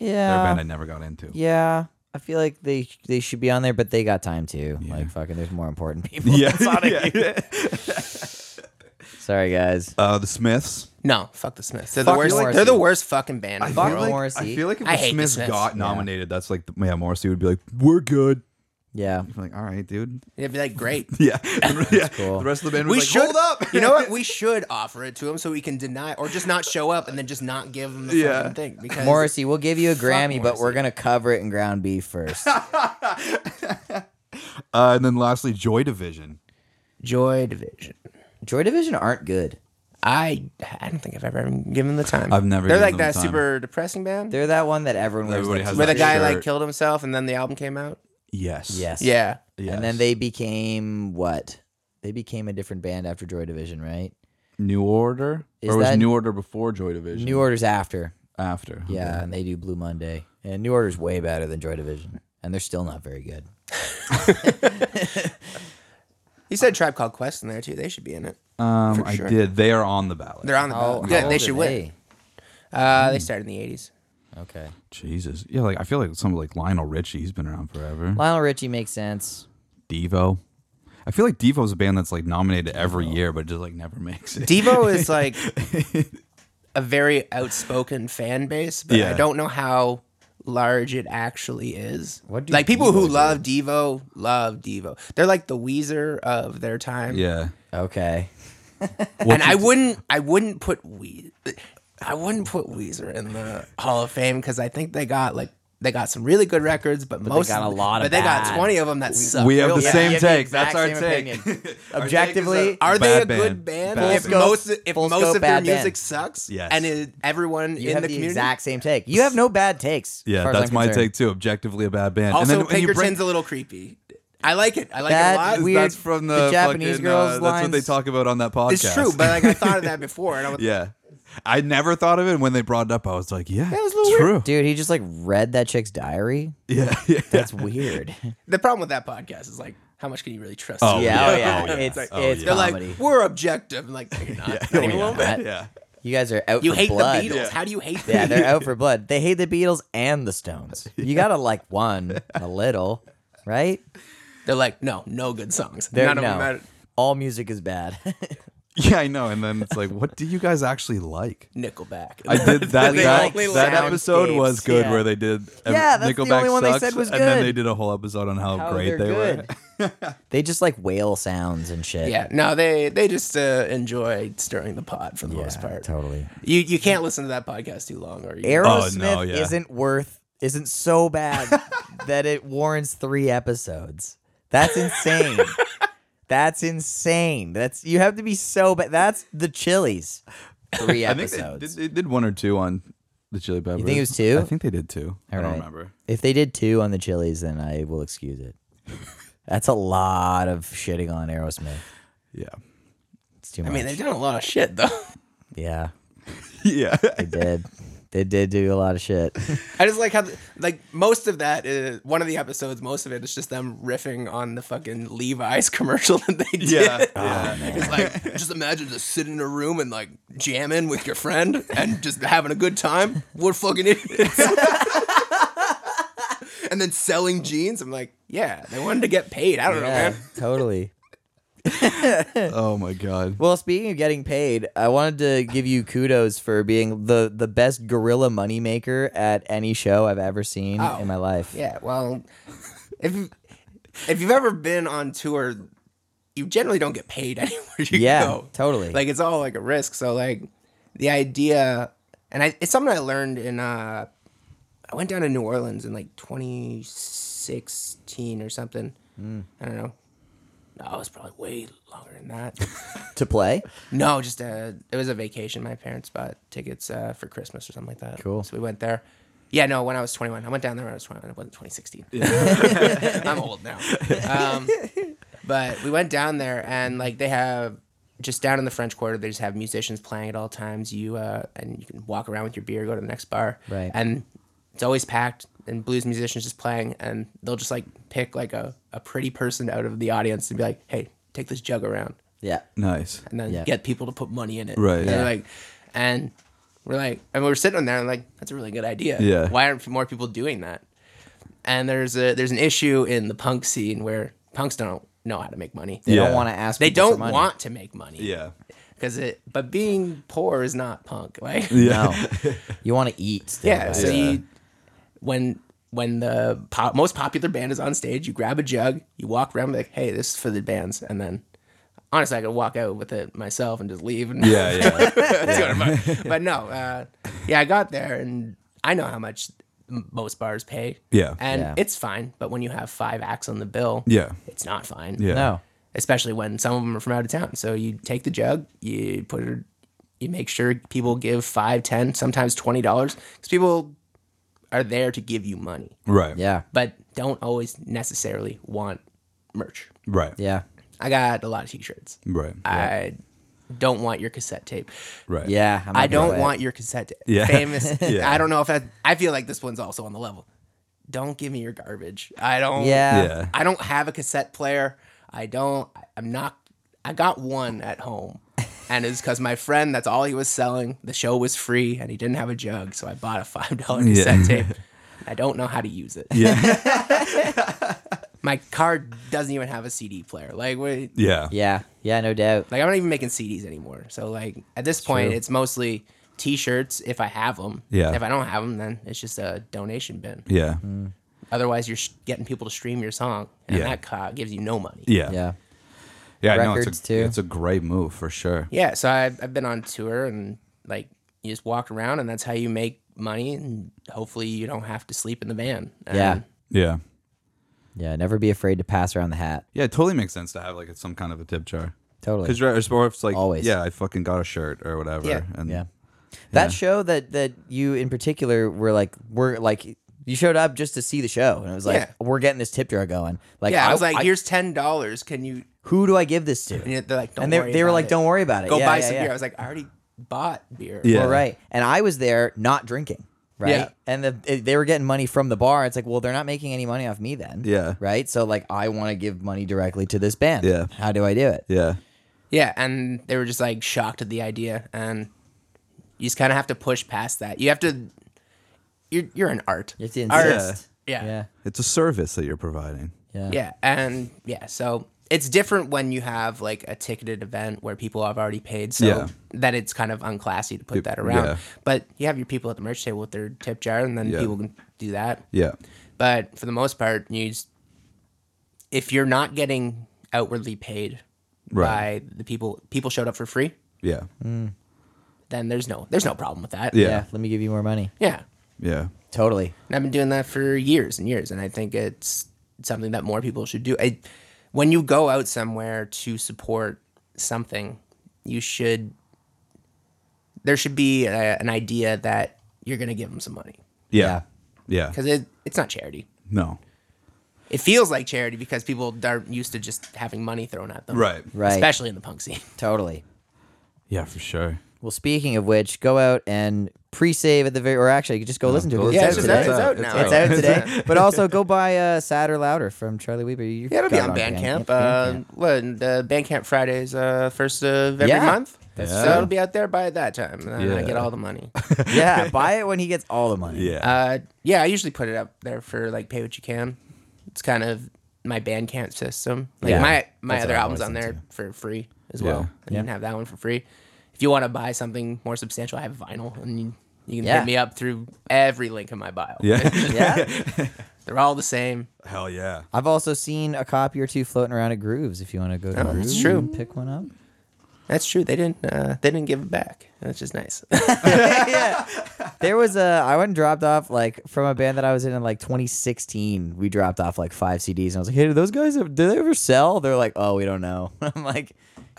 Speaker 4: Their
Speaker 5: Yeah.
Speaker 4: band I never got into.
Speaker 5: Uh, Yeah. I feel like they they should be on there, but they got time too. Like fucking, there's more important people.
Speaker 4: Yeah. yeah.
Speaker 5: Sorry, guys.
Speaker 4: Uh, the Smiths.
Speaker 6: No, fuck the Smiths. They're
Speaker 5: Fuck
Speaker 6: the worst.
Speaker 5: Morrissey.
Speaker 6: They're the worst fucking band. in the
Speaker 5: fuck
Speaker 6: world.
Speaker 5: like- Morrissey.
Speaker 4: I feel like if
Speaker 6: I
Speaker 4: the
Speaker 6: hate the
Speaker 4: Smiths,
Speaker 6: Smiths.
Speaker 4: got nominated, that's like the- yeah, Morrissey would be like, "We're good."
Speaker 5: Yeah.
Speaker 4: I'm like, all right, dude.
Speaker 6: It'd be like great.
Speaker 4: Yeah, yeah.
Speaker 5: cool.
Speaker 4: The rest of the band was
Speaker 6: We
Speaker 4: like,
Speaker 6: should
Speaker 4: "Hold up."
Speaker 6: you know what? We should offer it to him so we can deny or just not show up and then just not give him the
Speaker 4: Yeah.
Speaker 6: fucking thing. Because
Speaker 5: Morrissey, we'll give you a Grammy, but we're
Speaker 6: Morrissey.
Speaker 5: gonna cover it in ground beef first.
Speaker 4: Uh, and then lastly, Joy Division.
Speaker 6: Joy Division.
Speaker 5: Joy Division aren't good.
Speaker 6: I I don't think I've ever given them the time.
Speaker 4: I've never
Speaker 6: They're
Speaker 4: given
Speaker 6: like
Speaker 4: them
Speaker 6: that
Speaker 4: the time.
Speaker 6: super depressing band
Speaker 5: They're that one that everyone wears.
Speaker 4: Everybody
Speaker 5: like,
Speaker 4: has
Speaker 6: where the
Speaker 4: that
Speaker 6: guy
Speaker 4: shirt.
Speaker 6: like killed himself and then the album came out.
Speaker 4: Yes.
Speaker 5: yes.
Speaker 6: Yeah.
Speaker 4: Yes.
Speaker 5: And then they became what? They became a different band after Joy Division, right?
Speaker 4: New Order,
Speaker 5: Is
Speaker 4: or was
Speaker 5: that-
Speaker 4: New Order before Joy Division?
Speaker 5: New Order's after.
Speaker 4: after.
Speaker 5: Yeah, and they do Blue Monday. And New Order's way better than Joy Division. And they're still not very good.
Speaker 6: He said Tribe Called Quest in there too. They should be in it.
Speaker 4: Um,
Speaker 6: For
Speaker 4: I
Speaker 6: sure.
Speaker 4: did. They are on the ballot.
Speaker 6: They're on the
Speaker 5: How-
Speaker 6: ballot.
Speaker 5: how
Speaker 6: Oh, Yeah, they
Speaker 5: old
Speaker 6: should
Speaker 5: are Hmm.
Speaker 6: win. Uh, they started in the eighties.
Speaker 5: Okay.
Speaker 4: Jesus. Yeah, like I feel like some like Lionel Richie. He's been around forever.
Speaker 5: Lionel Richie makes sense.
Speaker 4: Devo. I feel like Devo's a band that's like nominated every year, but just like never makes it.
Speaker 6: Devo is like a very outspoken fan base, but
Speaker 4: Yeah.
Speaker 6: I don't know how large it actually is.
Speaker 5: What do
Speaker 6: like people who
Speaker 5: Devo do?
Speaker 6: love Devo love Devo. They're like the Weezer of their time.
Speaker 4: yeah.
Speaker 5: Okay.
Speaker 6: and I wouldn't I wouldn't put Wee I wouldn't put Weezer in the Hall of Fame because I think they got like they got some really good records, but, most
Speaker 5: got
Speaker 6: of-
Speaker 5: a lot of
Speaker 6: but they
Speaker 5: bad.
Speaker 6: got twenty of them that suck.
Speaker 4: We have
Speaker 6: real
Speaker 4: the
Speaker 6: bad.
Speaker 4: same
Speaker 5: you have the
Speaker 4: take.
Speaker 5: exact
Speaker 4: That's our
Speaker 5: same
Speaker 4: take.
Speaker 5: opinion.
Speaker 4: Our take is
Speaker 5: Objectively,
Speaker 4: that-
Speaker 6: Are they
Speaker 4: Bad
Speaker 6: a good band?
Speaker 4: Bad
Speaker 6: If
Speaker 5: scope-
Speaker 6: most if
Speaker 5: full
Speaker 6: most
Speaker 5: scope
Speaker 6: of their
Speaker 5: bad band.
Speaker 6: music sucks,
Speaker 4: Yes.
Speaker 6: and it, everyone
Speaker 5: You
Speaker 6: in
Speaker 5: have
Speaker 6: the,
Speaker 5: the,
Speaker 6: community
Speaker 5: exact same take. You have no bad takes. as
Speaker 4: Yeah,
Speaker 5: far as
Speaker 4: that's
Speaker 5: I'm
Speaker 4: my
Speaker 5: concerned.
Speaker 4: take too. Objectively a bad band.
Speaker 6: Also,
Speaker 4: and you
Speaker 6: Pinkerton's
Speaker 4: bring-
Speaker 6: a little creepy. I like it. I like it a
Speaker 5: That
Speaker 6: lot.
Speaker 5: weird-
Speaker 4: that's from
Speaker 5: the
Speaker 4: the,
Speaker 5: Japanese
Speaker 4: fucking,
Speaker 5: girls
Speaker 4: uh, That's what
Speaker 5: lines.
Speaker 4: they talk about on that podcast.
Speaker 6: It's true, but like I thought of that before, and I was,
Speaker 4: yeah, I never thought of it. And when they brought it up, I was like, yeah,
Speaker 6: was a
Speaker 4: it's
Speaker 6: little
Speaker 4: true.
Speaker 5: Dude, he just like read that chick's diary.
Speaker 4: Yeah, yeah.
Speaker 5: That's weird. oh,
Speaker 6: the problem with that podcast is like, how much can you really trust?
Speaker 4: Oh,
Speaker 6: it?
Speaker 5: yeah, oh
Speaker 4: yeah,
Speaker 5: yeah.
Speaker 4: oh yeah,
Speaker 5: It's,
Speaker 4: oh
Speaker 5: it's
Speaker 4: yeah.
Speaker 6: They're
Speaker 5: comedy.
Speaker 6: like, we're objective. and, like, no, you're not. Not even a little bit.
Speaker 5: That-
Speaker 4: yeah.
Speaker 5: you guys are out
Speaker 6: You
Speaker 5: for
Speaker 6: hate
Speaker 5: blood.
Speaker 6: the Beatles. How do you hate them?
Speaker 5: Yeah, they're out for blood. They hate the Beatles and the Stones. You gotta like one a little, right?
Speaker 6: They're like, no, no good songs.
Speaker 5: There,
Speaker 6: None of
Speaker 5: no.
Speaker 6: them matter.
Speaker 5: All music is bad.
Speaker 4: Yeah, I know. And then it's like, what do you guys actually like?
Speaker 6: Nickelback.
Speaker 4: I did that.
Speaker 5: We
Speaker 4: that
Speaker 5: like
Speaker 4: that
Speaker 5: soundscapes,
Speaker 4: episode was good,
Speaker 5: yeah.
Speaker 4: where they did. ev-
Speaker 5: Yeah, that's the
Speaker 4: Nickelback
Speaker 5: only one they
Speaker 4: sucks,
Speaker 5: said was
Speaker 4: And then
Speaker 5: good.
Speaker 4: they did a whole episode on how,
Speaker 5: How
Speaker 4: great
Speaker 5: they're
Speaker 4: they were.
Speaker 5: good. they just like whale sounds and shit.
Speaker 6: yeah, no, they they just uh, enjoy stirring the pot for the most part.
Speaker 5: totally.
Speaker 6: You you can't listen to that podcast too long, or you
Speaker 5: Aerosmith
Speaker 4: Oh, yeah.
Speaker 5: isn't worth isn't so bad that it warrants three episodes. That's insane. That's insane. That's you have to be so bad. That's the Chili's three
Speaker 4: I think
Speaker 5: episodes.
Speaker 4: they did, they did one or two on the Chili Peppers.
Speaker 5: it was two?
Speaker 4: I think they did two. I don't
Speaker 5: Alright.
Speaker 4: remember.
Speaker 5: If they did two on the Chili's, then I will excuse it. That's a lot of shitting on Aerosmith.
Speaker 4: Yeah,
Speaker 5: It's too
Speaker 6: I
Speaker 5: much.
Speaker 6: mean, they've done a lot of shit though.
Speaker 5: yeah,
Speaker 4: yeah.
Speaker 5: they did. they did do a lot of shit.
Speaker 6: I just like how, the, like, most of that is one of the episodes. Most of it is just them riffing on the fucking Levi's commercial that they did.
Speaker 4: Yeah,
Speaker 6: it's like just imagine just sitting in a room and like jamming with your friend and just having a good time. We're fucking idiots. and then selling jeans. I'm like, yeah, they wanted to get paid. I don't know,
Speaker 5: Yeah,
Speaker 6: man.
Speaker 5: totally.
Speaker 4: oh my god.
Speaker 5: Well, speaking of getting paid, I wanted to give you kudos for being the the best gorilla moneymaker at any show I've ever seen
Speaker 6: Oh,
Speaker 5: in my life.
Speaker 6: Yeah, well, if if you've ever been on tour, you generally don't get paid anywhere you
Speaker 5: Yeah,
Speaker 6: go.
Speaker 5: totally.
Speaker 6: Like it's all like a risk. So like the idea, and I, it's something I learned in. uh I went down to New Orleans in like 2016 or something.
Speaker 5: Mm.
Speaker 6: I don't know. No, it was probably way longer than that.
Speaker 5: To play?
Speaker 6: No, just uh it was a vacation. My parents bought tickets uh, for Christmas or something like that.
Speaker 5: Cool.
Speaker 6: So we went there. Yeah, no, when I was 21, I went down there when I was 21. It wasn't 2016. I'm old now. Um, but we went down there and like they have just down in the French Quarter, they just have musicians playing at all times. You uh, and you can walk around with your beer, go to the next bar,
Speaker 5: Right.
Speaker 6: And it's always packed and blues musicians just playing, and they'll just like pick like a, a pretty person out of the audience and be like, "Hey, take this jug around."
Speaker 5: Yeah.
Speaker 4: Nice.
Speaker 6: and then
Speaker 5: Yeah.
Speaker 6: get people to put money in it.
Speaker 4: Right.
Speaker 6: And
Speaker 4: Yeah.
Speaker 6: they're like, and we're like, and we were sitting there and like, that's a really good idea.
Speaker 4: Yeah.
Speaker 6: Why aren't more people doing that? And there's a there's an issue in the punk scene where punks don't know how to make money.
Speaker 5: They
Speaker 4: Yeah.
Speaker 5: don't want to ask.
Speaker 6: They
Speaker 5: people for
Speaker 6: don't
Speaker 5: money.
Speaker 6: want to make money.
Speaker 4: Yeah.
Speaker 6: because it. But being poor is not punk. Like
Speaker 5: Yeah. No. you want to eat. Still,
Speaker 6: yeah,
Speaker 5: right?
Speaker 6: so you when when the po- most popular band is on stage, you grab a jug, you walk around like, hey, this is for the bands, and then. Honestly, I could walk out with it myself and just leave. And
Speaker 4: Yeah, yeah.
Speaker 6: That's what I'm about. but no, uh, yeah, I got there and I know how much m- most bars pay.
Speaker 4: Yeah.
Speaker 6: and
Speaker 5: Yeah.
Speaker 6: it's fine. But when you have five acts on the bill,
Speaker 4: Yeah.
Speaker 6: it's not fine.
Speaker 4: Yeah.
Speaker 5: no.
Speaker 6: especially when some of them are from out of town. So you take the jug, you put it, you make sure people give five, ten, sometimes twenty dollars because people are there to give you money,
Speaker 4: Right.
Speaker 5: Yeah.
Speaker 6: but don't always necessarily want merch.
Speaker 4: Right.
Speaker 5: Yeah.
Speaker 6: I got a lot of t-shirts.
Speaker 4: Right.
Speaker 6: I don't want your cassette tape.
Speaker 4: Right.
Speaker 5: Yeah. I'm
Speaker 6: I
Speaker 5: not gonna
Speaker 6: don't
Speaker 5: lie.
Speaker 6: want your cassette tape.
Speaker 4: Yeah.
Speaker 6: Famous.
Speaker 4: Yeah.
Speaker 6: I don't know if that. I feel like this one's also on the level. Don't give me your garbage. I don't.
Speaker 5: Yeah.
Speaker 4: Yeah.
Speaker 6: I don't have a cassette player. I don't. I'm not. I got one at home, and it's because my friend. That's all he was selling. The show was free, and he didn't have a jug, so I bought a five dollar
Speaker 4: Yeah.
Speaker 6: cassette tape. I don't know how to use it.
Speaker 4: Yeah.
Speaker 6: My car doesn't even have a CD player. Like, what,
Speaker 4: Yeah.
Speaker 5: Yeah. Yeah. No doubt.
Speaker 6: like I'm not even making CDs anymore. So like at this point,
Speaker 4: true.
Speaker 6: it's mostly T-shirts if I have them.
Speaker 4: Yeah.
Speaker 6: If I don't have them, then it's just a donation bin.
Speaker 4: Yeah.
Speaker 5: Mm.
Speaker 6: Otherwise, you're sh- getting people to stream your song, and
Speaker 4: Yeah.
Speaker 6: that co- gives you no money.
Speaker 4: Yeah.
Speaker 5: Yeah.
Speaker 4: Yeah, I know, it's
Speaker 5: Records,
Speaker 4: a,
Speaker 5: too.
Speaker 4: It's a great move for sure.
Speaker 6: Yeah, so I've, I've been on tour and like you just walk around and that's how you make money and hopefully you don't have to sleep in the van. And
Speaker 5: Yeah.
Speaker 4: Yeah.
Speaker 5: Yeah. Never be afraid to pass around the hat.
Speaker 4: Yeah, it totally makes sense to have like some kind of a tip jar.
Speaker 5: Totally.
Speaker 4: Because you're or if it's like
Speaker 5: Always.
Speaker 4: Yeah, I fucking got a shirt or whatever.
Speaker 6: Yeah.
Speaker 4: And
Speaker 5: Yeah. That show that that you in particular were like were like you showed up just to see the show and it was like
Speaker 6: Yeah.
Speaker 5: we're getting this tip jar going. Like
Speaker 6: Yeah, I was like,
Speaker 5: I-
Speaker 6: here's ten dollars. Can you?
Speaker 5: who do I give this to?
Speaker 6: And they're like, don't.
Speaker 5: and they,
Speaker 6: worry
Speaker 5: they were
Speaker 6: about
Speaker 5: like,
Speaker 6: it.
Speaker 5: don't worry about it.
Speaker 6: Go
Speaker 5: Yeah,
Speaker 6: buy
Speaker 5: yeah,
Speaker 6: some
Speaker 5: yeah.
Speaker 6: beer. I was like, I already bought beer.
Speaker 4: Yeah.
Speaker 5: Well, right. And I was there not drinking, right?
Speaker 6: Yeah.
Speaker 5: And the, it- they were getting money from the bar. It's like, well, they're not making any money off me then.
Speaker 4: Yeah.
Speaker 5: Right. So like, I want to give money directly to this band.
Speaker 4: Yeah.
Speaker 5: How do I do it?
Speaker 4: Yeah.
Speaker 6: Yeah, and they were just like shocked at the idea, and you just kind of have to push past that. You have to. You're you're an art.
Speaker 5: You have to
Speaker 6: Art-
Speaker 5: insist.
Speaker 6: Yeah.
Speaker 5: Yeah.
Speaker 6: yeah,
Speaker 4: It's a service that you're providing.
Speaker 5: Yeah.
Speaker 6: and yeah. So it's different when you have like a ticketed event where people have already paid, so
Speaker 4: Yeah.
Speaker 6: that it's kind of unclassy to put that
Speaker 4: yeah.
Speaker 6: around. But you have your people at the merch table with their tip jar, and then
Speaker 4: Yeah.
Speaker 6: people can do that.
Speaker 4: Yeah.
Speaker 6: But for the most part, you just, if you're not getting outwardly paid
Speaker 4: Right.
Speaker 6: by the people, people showed up for free.
Speaker 4: Yeah.
Speaker 5: Mm.
Speaker 6: then there's no there's no problem with that.
Speaker 4: Yeah.
Speaker 5: Yeah, Let me give you more money.
Speaker 6: Yeah.
Speaker 4: Yeah.
Speaker 5: Totally.
Speaker 6: And I've been doing that for years and years and I think it's something that more people should do. I, when you go out somewhere to support something, you should there should be a, an idea that you're going to give them some money
Speaker 4: Yeah. Yeah.
Speaker 6: cuz it it's not charity.
Speaker 4: No.
Speaker 6: It feels like charity because people aren't used to just having money thrown at them.
Speaker 4: Right.
Speaker 5: Right.
Speaker 6: Especially in the punk scene.
Speaker 5: Totally.
Speaker 4: Yeah, for sure.
Speaker 5: Well, speaking of which, go out and pre-save at the very, or actually just go listen to it.
Speaker 4: go
Speaker 5: It's
Speaker 4: listen
Speaker 6: Yeah,
Speaker 4: to
Speaker 5: out
Speaker 6: it's, just
Speaker 5: today.
Speaker 6: out, it's out
Speaker 4: It's
Speaker 6: now.
Speaker 5: It's out today. but also go buy uh, Sadder Louder from Charlie Weaver. You've
Speaker 6: Yeah, it'll be
Speaker 5: got
Speaker 6: on
Speaker 5: it
Speaker 6: Bandcamp.
Speaker 5: Bandcamp.
Speaker 6: Uh,
Speaker 5: Bandcamp.
Speaker 6: what, the Bandcamp Fridays, uh, first of every
Speaker 5: Yeah.
Speaker 6: month.
Speaker 5: That's
Speaker 6: so
Speaker 4: true.
Speaker 6: it'll be out there by that time. And then I
Speaker 4: Yeah.
Speaker 6: get all the money.
Speaker 5: yeah, buy it when he gets all the money.
Speaker 4: Yeah.
Speaker 6: uh, yeah, I usually put it up there for like pay what you can. It's kind of my Bandcamp system. Like
Speaker 5: Yeah.
Speaker 6: my my
Speaker 5: That's
Speaker 6: other
Speaker 5: what I
Speaker 6: album's on
Speaker 5: listen
Speaker 6: there for free as well.
Speaker 4: Yeah.
Speaker 6: And You can have that one for free. If you want to buy something more substantial, I have vinyl, and you, you can
Speaker 5: Yeah.
Speaker 6: hit me up through every link in my bio.
Speaker 4: yeah.
Speaker 5: Yeah.
Speaker 6: They're all the same.
Speaker 4: Hell yeah.
Speaker 5: I've also seen a copy or two floating around at Grooves. If you want to go to
Speaker 6: Oh, that's
Speaker 5: Grooves
Speaker 6: true.
Speaker 5: and pick one up.
Speaker 6: That's true. They didn't uh, they didn't give it back. That's just nice.
Speaker 5: There was a I went and dropped off like from a band that I was in in like 2016. We dropped off like five CDs, and I was like, "Hey, do those guys have, do they ever sell?" They're like, "Oh, we don't know." I'm like,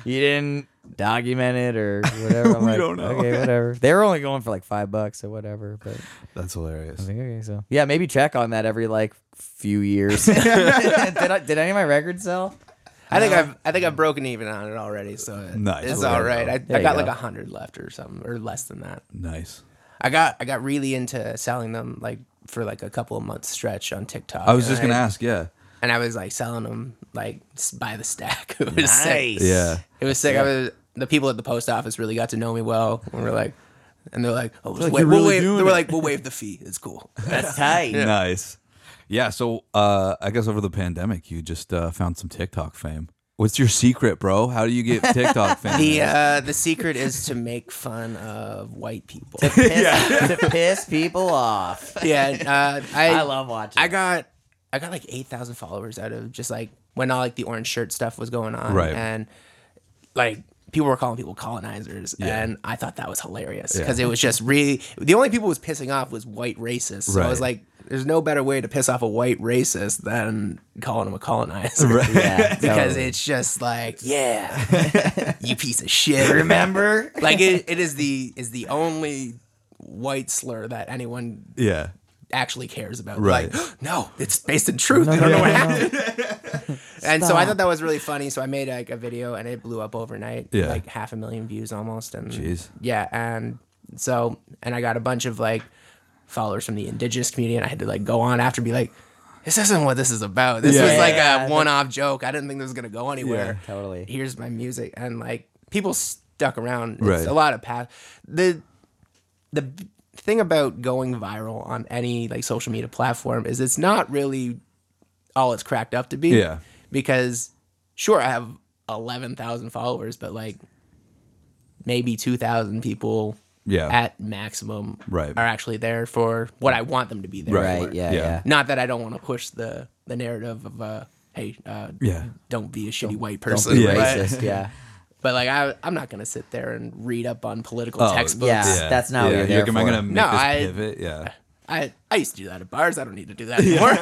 Speaker 5: "You didn't document it or whatever." I'm
Speaker 4: We
Speaker 5: like,
Speaker 4: don't know.
Speaker 5: Okay, whatever. They were only going for like five bucks or whatever, but
Speaker 4: That's hilarious.
Speaker 5: I think okay, so yeah, maybe check on that every like few years. did, I, did any of my records sell?
Speaker 6: I think I've I think I've broken even on it already, so it-
Speaker 4: Nice.
Speaker 6: it's
Speaker 4: There you
Speaker 6: all right. I,
Speaker 5: There
Speaker 6: I
Speaker 5: you
Speaker 6: got
Speaker 5: go.
Speaker 6: like a hundred left or something, or less than that.
Speaker 4: Nice.
Speaker 6: I got I got really into selling them like for like a couple of months stretch on TikTok.
Speaker 4: I was
Speaker 6: and
Speaker 4: just gonna ask, yeah.
Speaker 6: and I was like selling them like s- by the stack. It was sick.
Speaker 4: Yeah.
Speaker 6: It was sick. I was the people at the post office really got to know me well, and we're like, and they're like, oh, just wait,
Speaker 4: you're
Speaker 6: we'll
Speaker 4: really
Speaker 6: waive-
Speaker 4: doing
Speaker 6: they were
Speaker 4: it.
Speaker 6: like, we'll waive the fee. It's cool.
Speaker 5: That's tight.
Speaker 4: Nice. Yeah, so uh I guess over the pandemic you just uh found some TikTok fame. What's your secret, bro? How do you get TikTok famous?
Speaker 6: The uh, the secret is to make fun of white people.
Speaker 5: Piss, to piss people off.
Speaker 6: yeah, uh, I,
Speaker 5: I love watching
Speaker 6: I
Speaker 5: it.
Speaker 6: got I got like eight thousand followers out of just like when all like the orange shirt stuff was going on,
Speaker 4: Right.
Speaker 6: And like people were calling people colonizers, and I thought that was hilarious because it was just really the only people who was pissing off was white racists. So I was
Speaker 4: Right.
Speaker 6: like, there's no better way to piss off a white racist than calling him a colonizer.
Speaker 5: Yeah,
Speaker 6: Because
Speaker 5: totally.
Speaker 6: it's just like, yeah, you piece of shit.
Speaker 5: remember.
Speaker 6: like it, it is the is the only white slur that anyone
Speaker 4: yeah.
Speaker 6: actually cares about.
Speaker 4: Right.
Speaker 6: Like, no, it's based in truth. I don't know what happened. and so I thought that was really funny. So I made like a video and it blew up overnight.
Speaker 4: Yeah.
Speaker 6: Like half a million views almost. And
Speaker 4: Jeez.
Speaker 6: yeah. And so, and I got a bunch of like followers from the indigenous community and I had to like go on after and be like, this isn't what this is about. This
Speaker 4: Yeah.
Speaker 6: was like
Speaker 5: Yeah.
Speaker 6: a one off joke. I didn't think this was going to go anywhere.
Speaker 5: totally.
Speaker 6: Here's my music. And like people stuck around. It's
Speaker 4: Right.
Speaker 6: a lot of path. The, the b- thing about going viral on any like social media platform is it's not really all it's cracked up to be.
Speaker 4: Yeah.
Speaker 6: Because sure I have 11,000 followers but like maybe 2,000 people
Speaker 4: Yeah.
Speaker 6: at maximum
Speaker 4: Right.
Speaker 6: are actually there for what I want them to be there
Speaker 4: Right.
Speaker 6: for.
Speaker 5: Right. Yeah.
Speaker 4: Yeah.
Speaker 5: Yeah.
Speaker 6: Not that I don't want to push the the narrative of uh hey uh
Speaker 4: Yeah.
Speaker 6: don't be a shitty white person
Speaker 5: Don't be
Speaker 4: Yeah.
Speaker 6: but-
Speaker 5: racist. Yeah.
Speaker 6: But like I I'm not going to sit there and read up on political
Speaker 4: Oh,
Speaker 6: textbooks.
Speaker 5: Yeah. That's not what
Speaker 4: yeah.
Speaker 5: you're there
Speaker 4: am I
Speaker 5: for.
Speaker 4: gonna make
Speaker 6: No,
Speaker 4: this
Speaker 6: I-
Speaker 4: pivot? Yeah.
Speaker 6: I, I used to do that at bars. I don't need to do that anymore.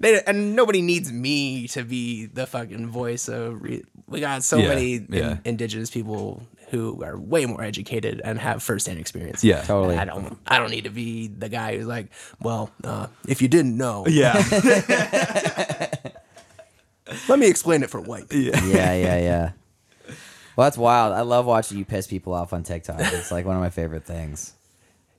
Speaker 6: they, and nobody needs me to be the fucking voice of. Re- we got so
Speaker 4: Yeah,
Speaker 6: many in-
Speaker 4: yeah.
Speaker 6: indigenous people who are way more educated and have firsthand experience.
Speaker 4: Yeah.
Speaker 5: Totally.
Speaker 6: I don't. I don't need to be the guy who's like, well, uh, if you didn't know,
Speaker 4: Yeah.
Speaker 6: let me explain it for white. people."
Speaker 5: yeah, yeah, yeah. Well, that's wild. I love watching you piss people off on TikTok. It's like one of my favorite things.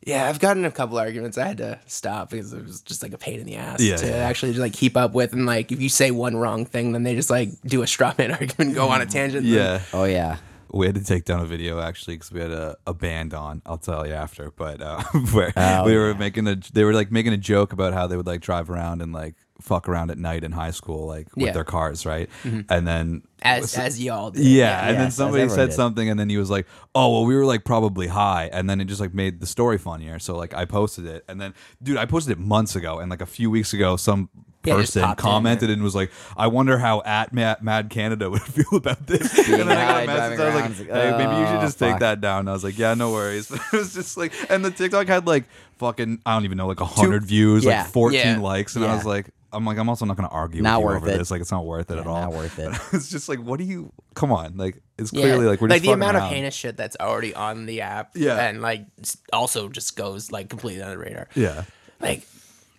Speaker 6: Yeah, I've gotten a couple arguments. I had to stop because it was just like a pain in the ass
Speaker 4: Yeah,
Speaker 6: to
Speaker 4: yeah.
Speaker 6: actually like keep up with. And like, if you say one wrong thing, then they just like do a straw man argument, and go on a tangent.
Speaker 4: Mm-hmm. yeah.
Speaker 5: Oh yeah,
Speaker 4: We had to take down a video actually because we had a, a band on. I'll tell you after, but uh, where
Speaker 5: Oh,
Speaker 4: we were making a they were like making a joke about how they would like drive around and like fuck around at night in high school like with
Speaker 6: Yeah.
Speaker 4: their cars, right?
Speaker 5: Mm-hmm.
Speaker 4: And then
Speaker 6: as as y'all did.
Speaker 4: yeah, and
Speaker 5: yeah,
Speaker 4: then
Speaker 5: as
Speaker 4: somebody
Speaker 5: everyone
Speaker 4: said
Speaker 5: did.
Speaker 4: something, and then he was like, "Oh well, we were like probably high," and then it just like made the story funnier. So like I posted it, and then dude, I posted it months ago, and like a few weeks ago, some.
Speaker 6: Yeah, it just
Speaker 4: Person
Speaker 6: popped in,
Speaker 4: commented and was like, "I wonder how at Mad, Mad Canada would feel about this." and then
Speaker 5: high, driving
Speaker 4: I was
Speaker 5: around,
Speaker 4: like,
Speaker 5: it's like,
Speaker 4: "Hey, "Maybe you should
Speaker 5: oh,
Speaker 4: just take
Speaker 5: fuck.
Speaker 4: that down." And I was like, "Yeah, no worries." But it was just like, and the TikTok had like fucking I don't even know like hundred views,
Speaker 5: Yeah.
Speaker 4: like fourteen
Speaker 6: Yeah.
Speaker 4: likes, and I
Speaker 5: Yeah.
Speaker 4: was like, "I'm like I'm also not going to argue with
Speaker 5: Not
Speaker 4: you
Speaker 5: worth
Speaker 4: over
Speaker 5: it.
Speaker 4: this. Like it's not worth it at all.
Speaker 5: not worth it.
Speaker 4: it's just like, what do you? Come on, like it's
Speaker 6: Yeah.
Speaker 4: clearly like we're just
Speaker 6: the amount
Speaker 4: fucking
Speaker 6: of
Speaker 4: around.
Speaker 6: heinous shit that's already on the app.
Speaker 4: Yeah.
Speaker 6: and like s- also just goes like completely under the radar.
Speaker 4: Yeah,
Speaker 6: like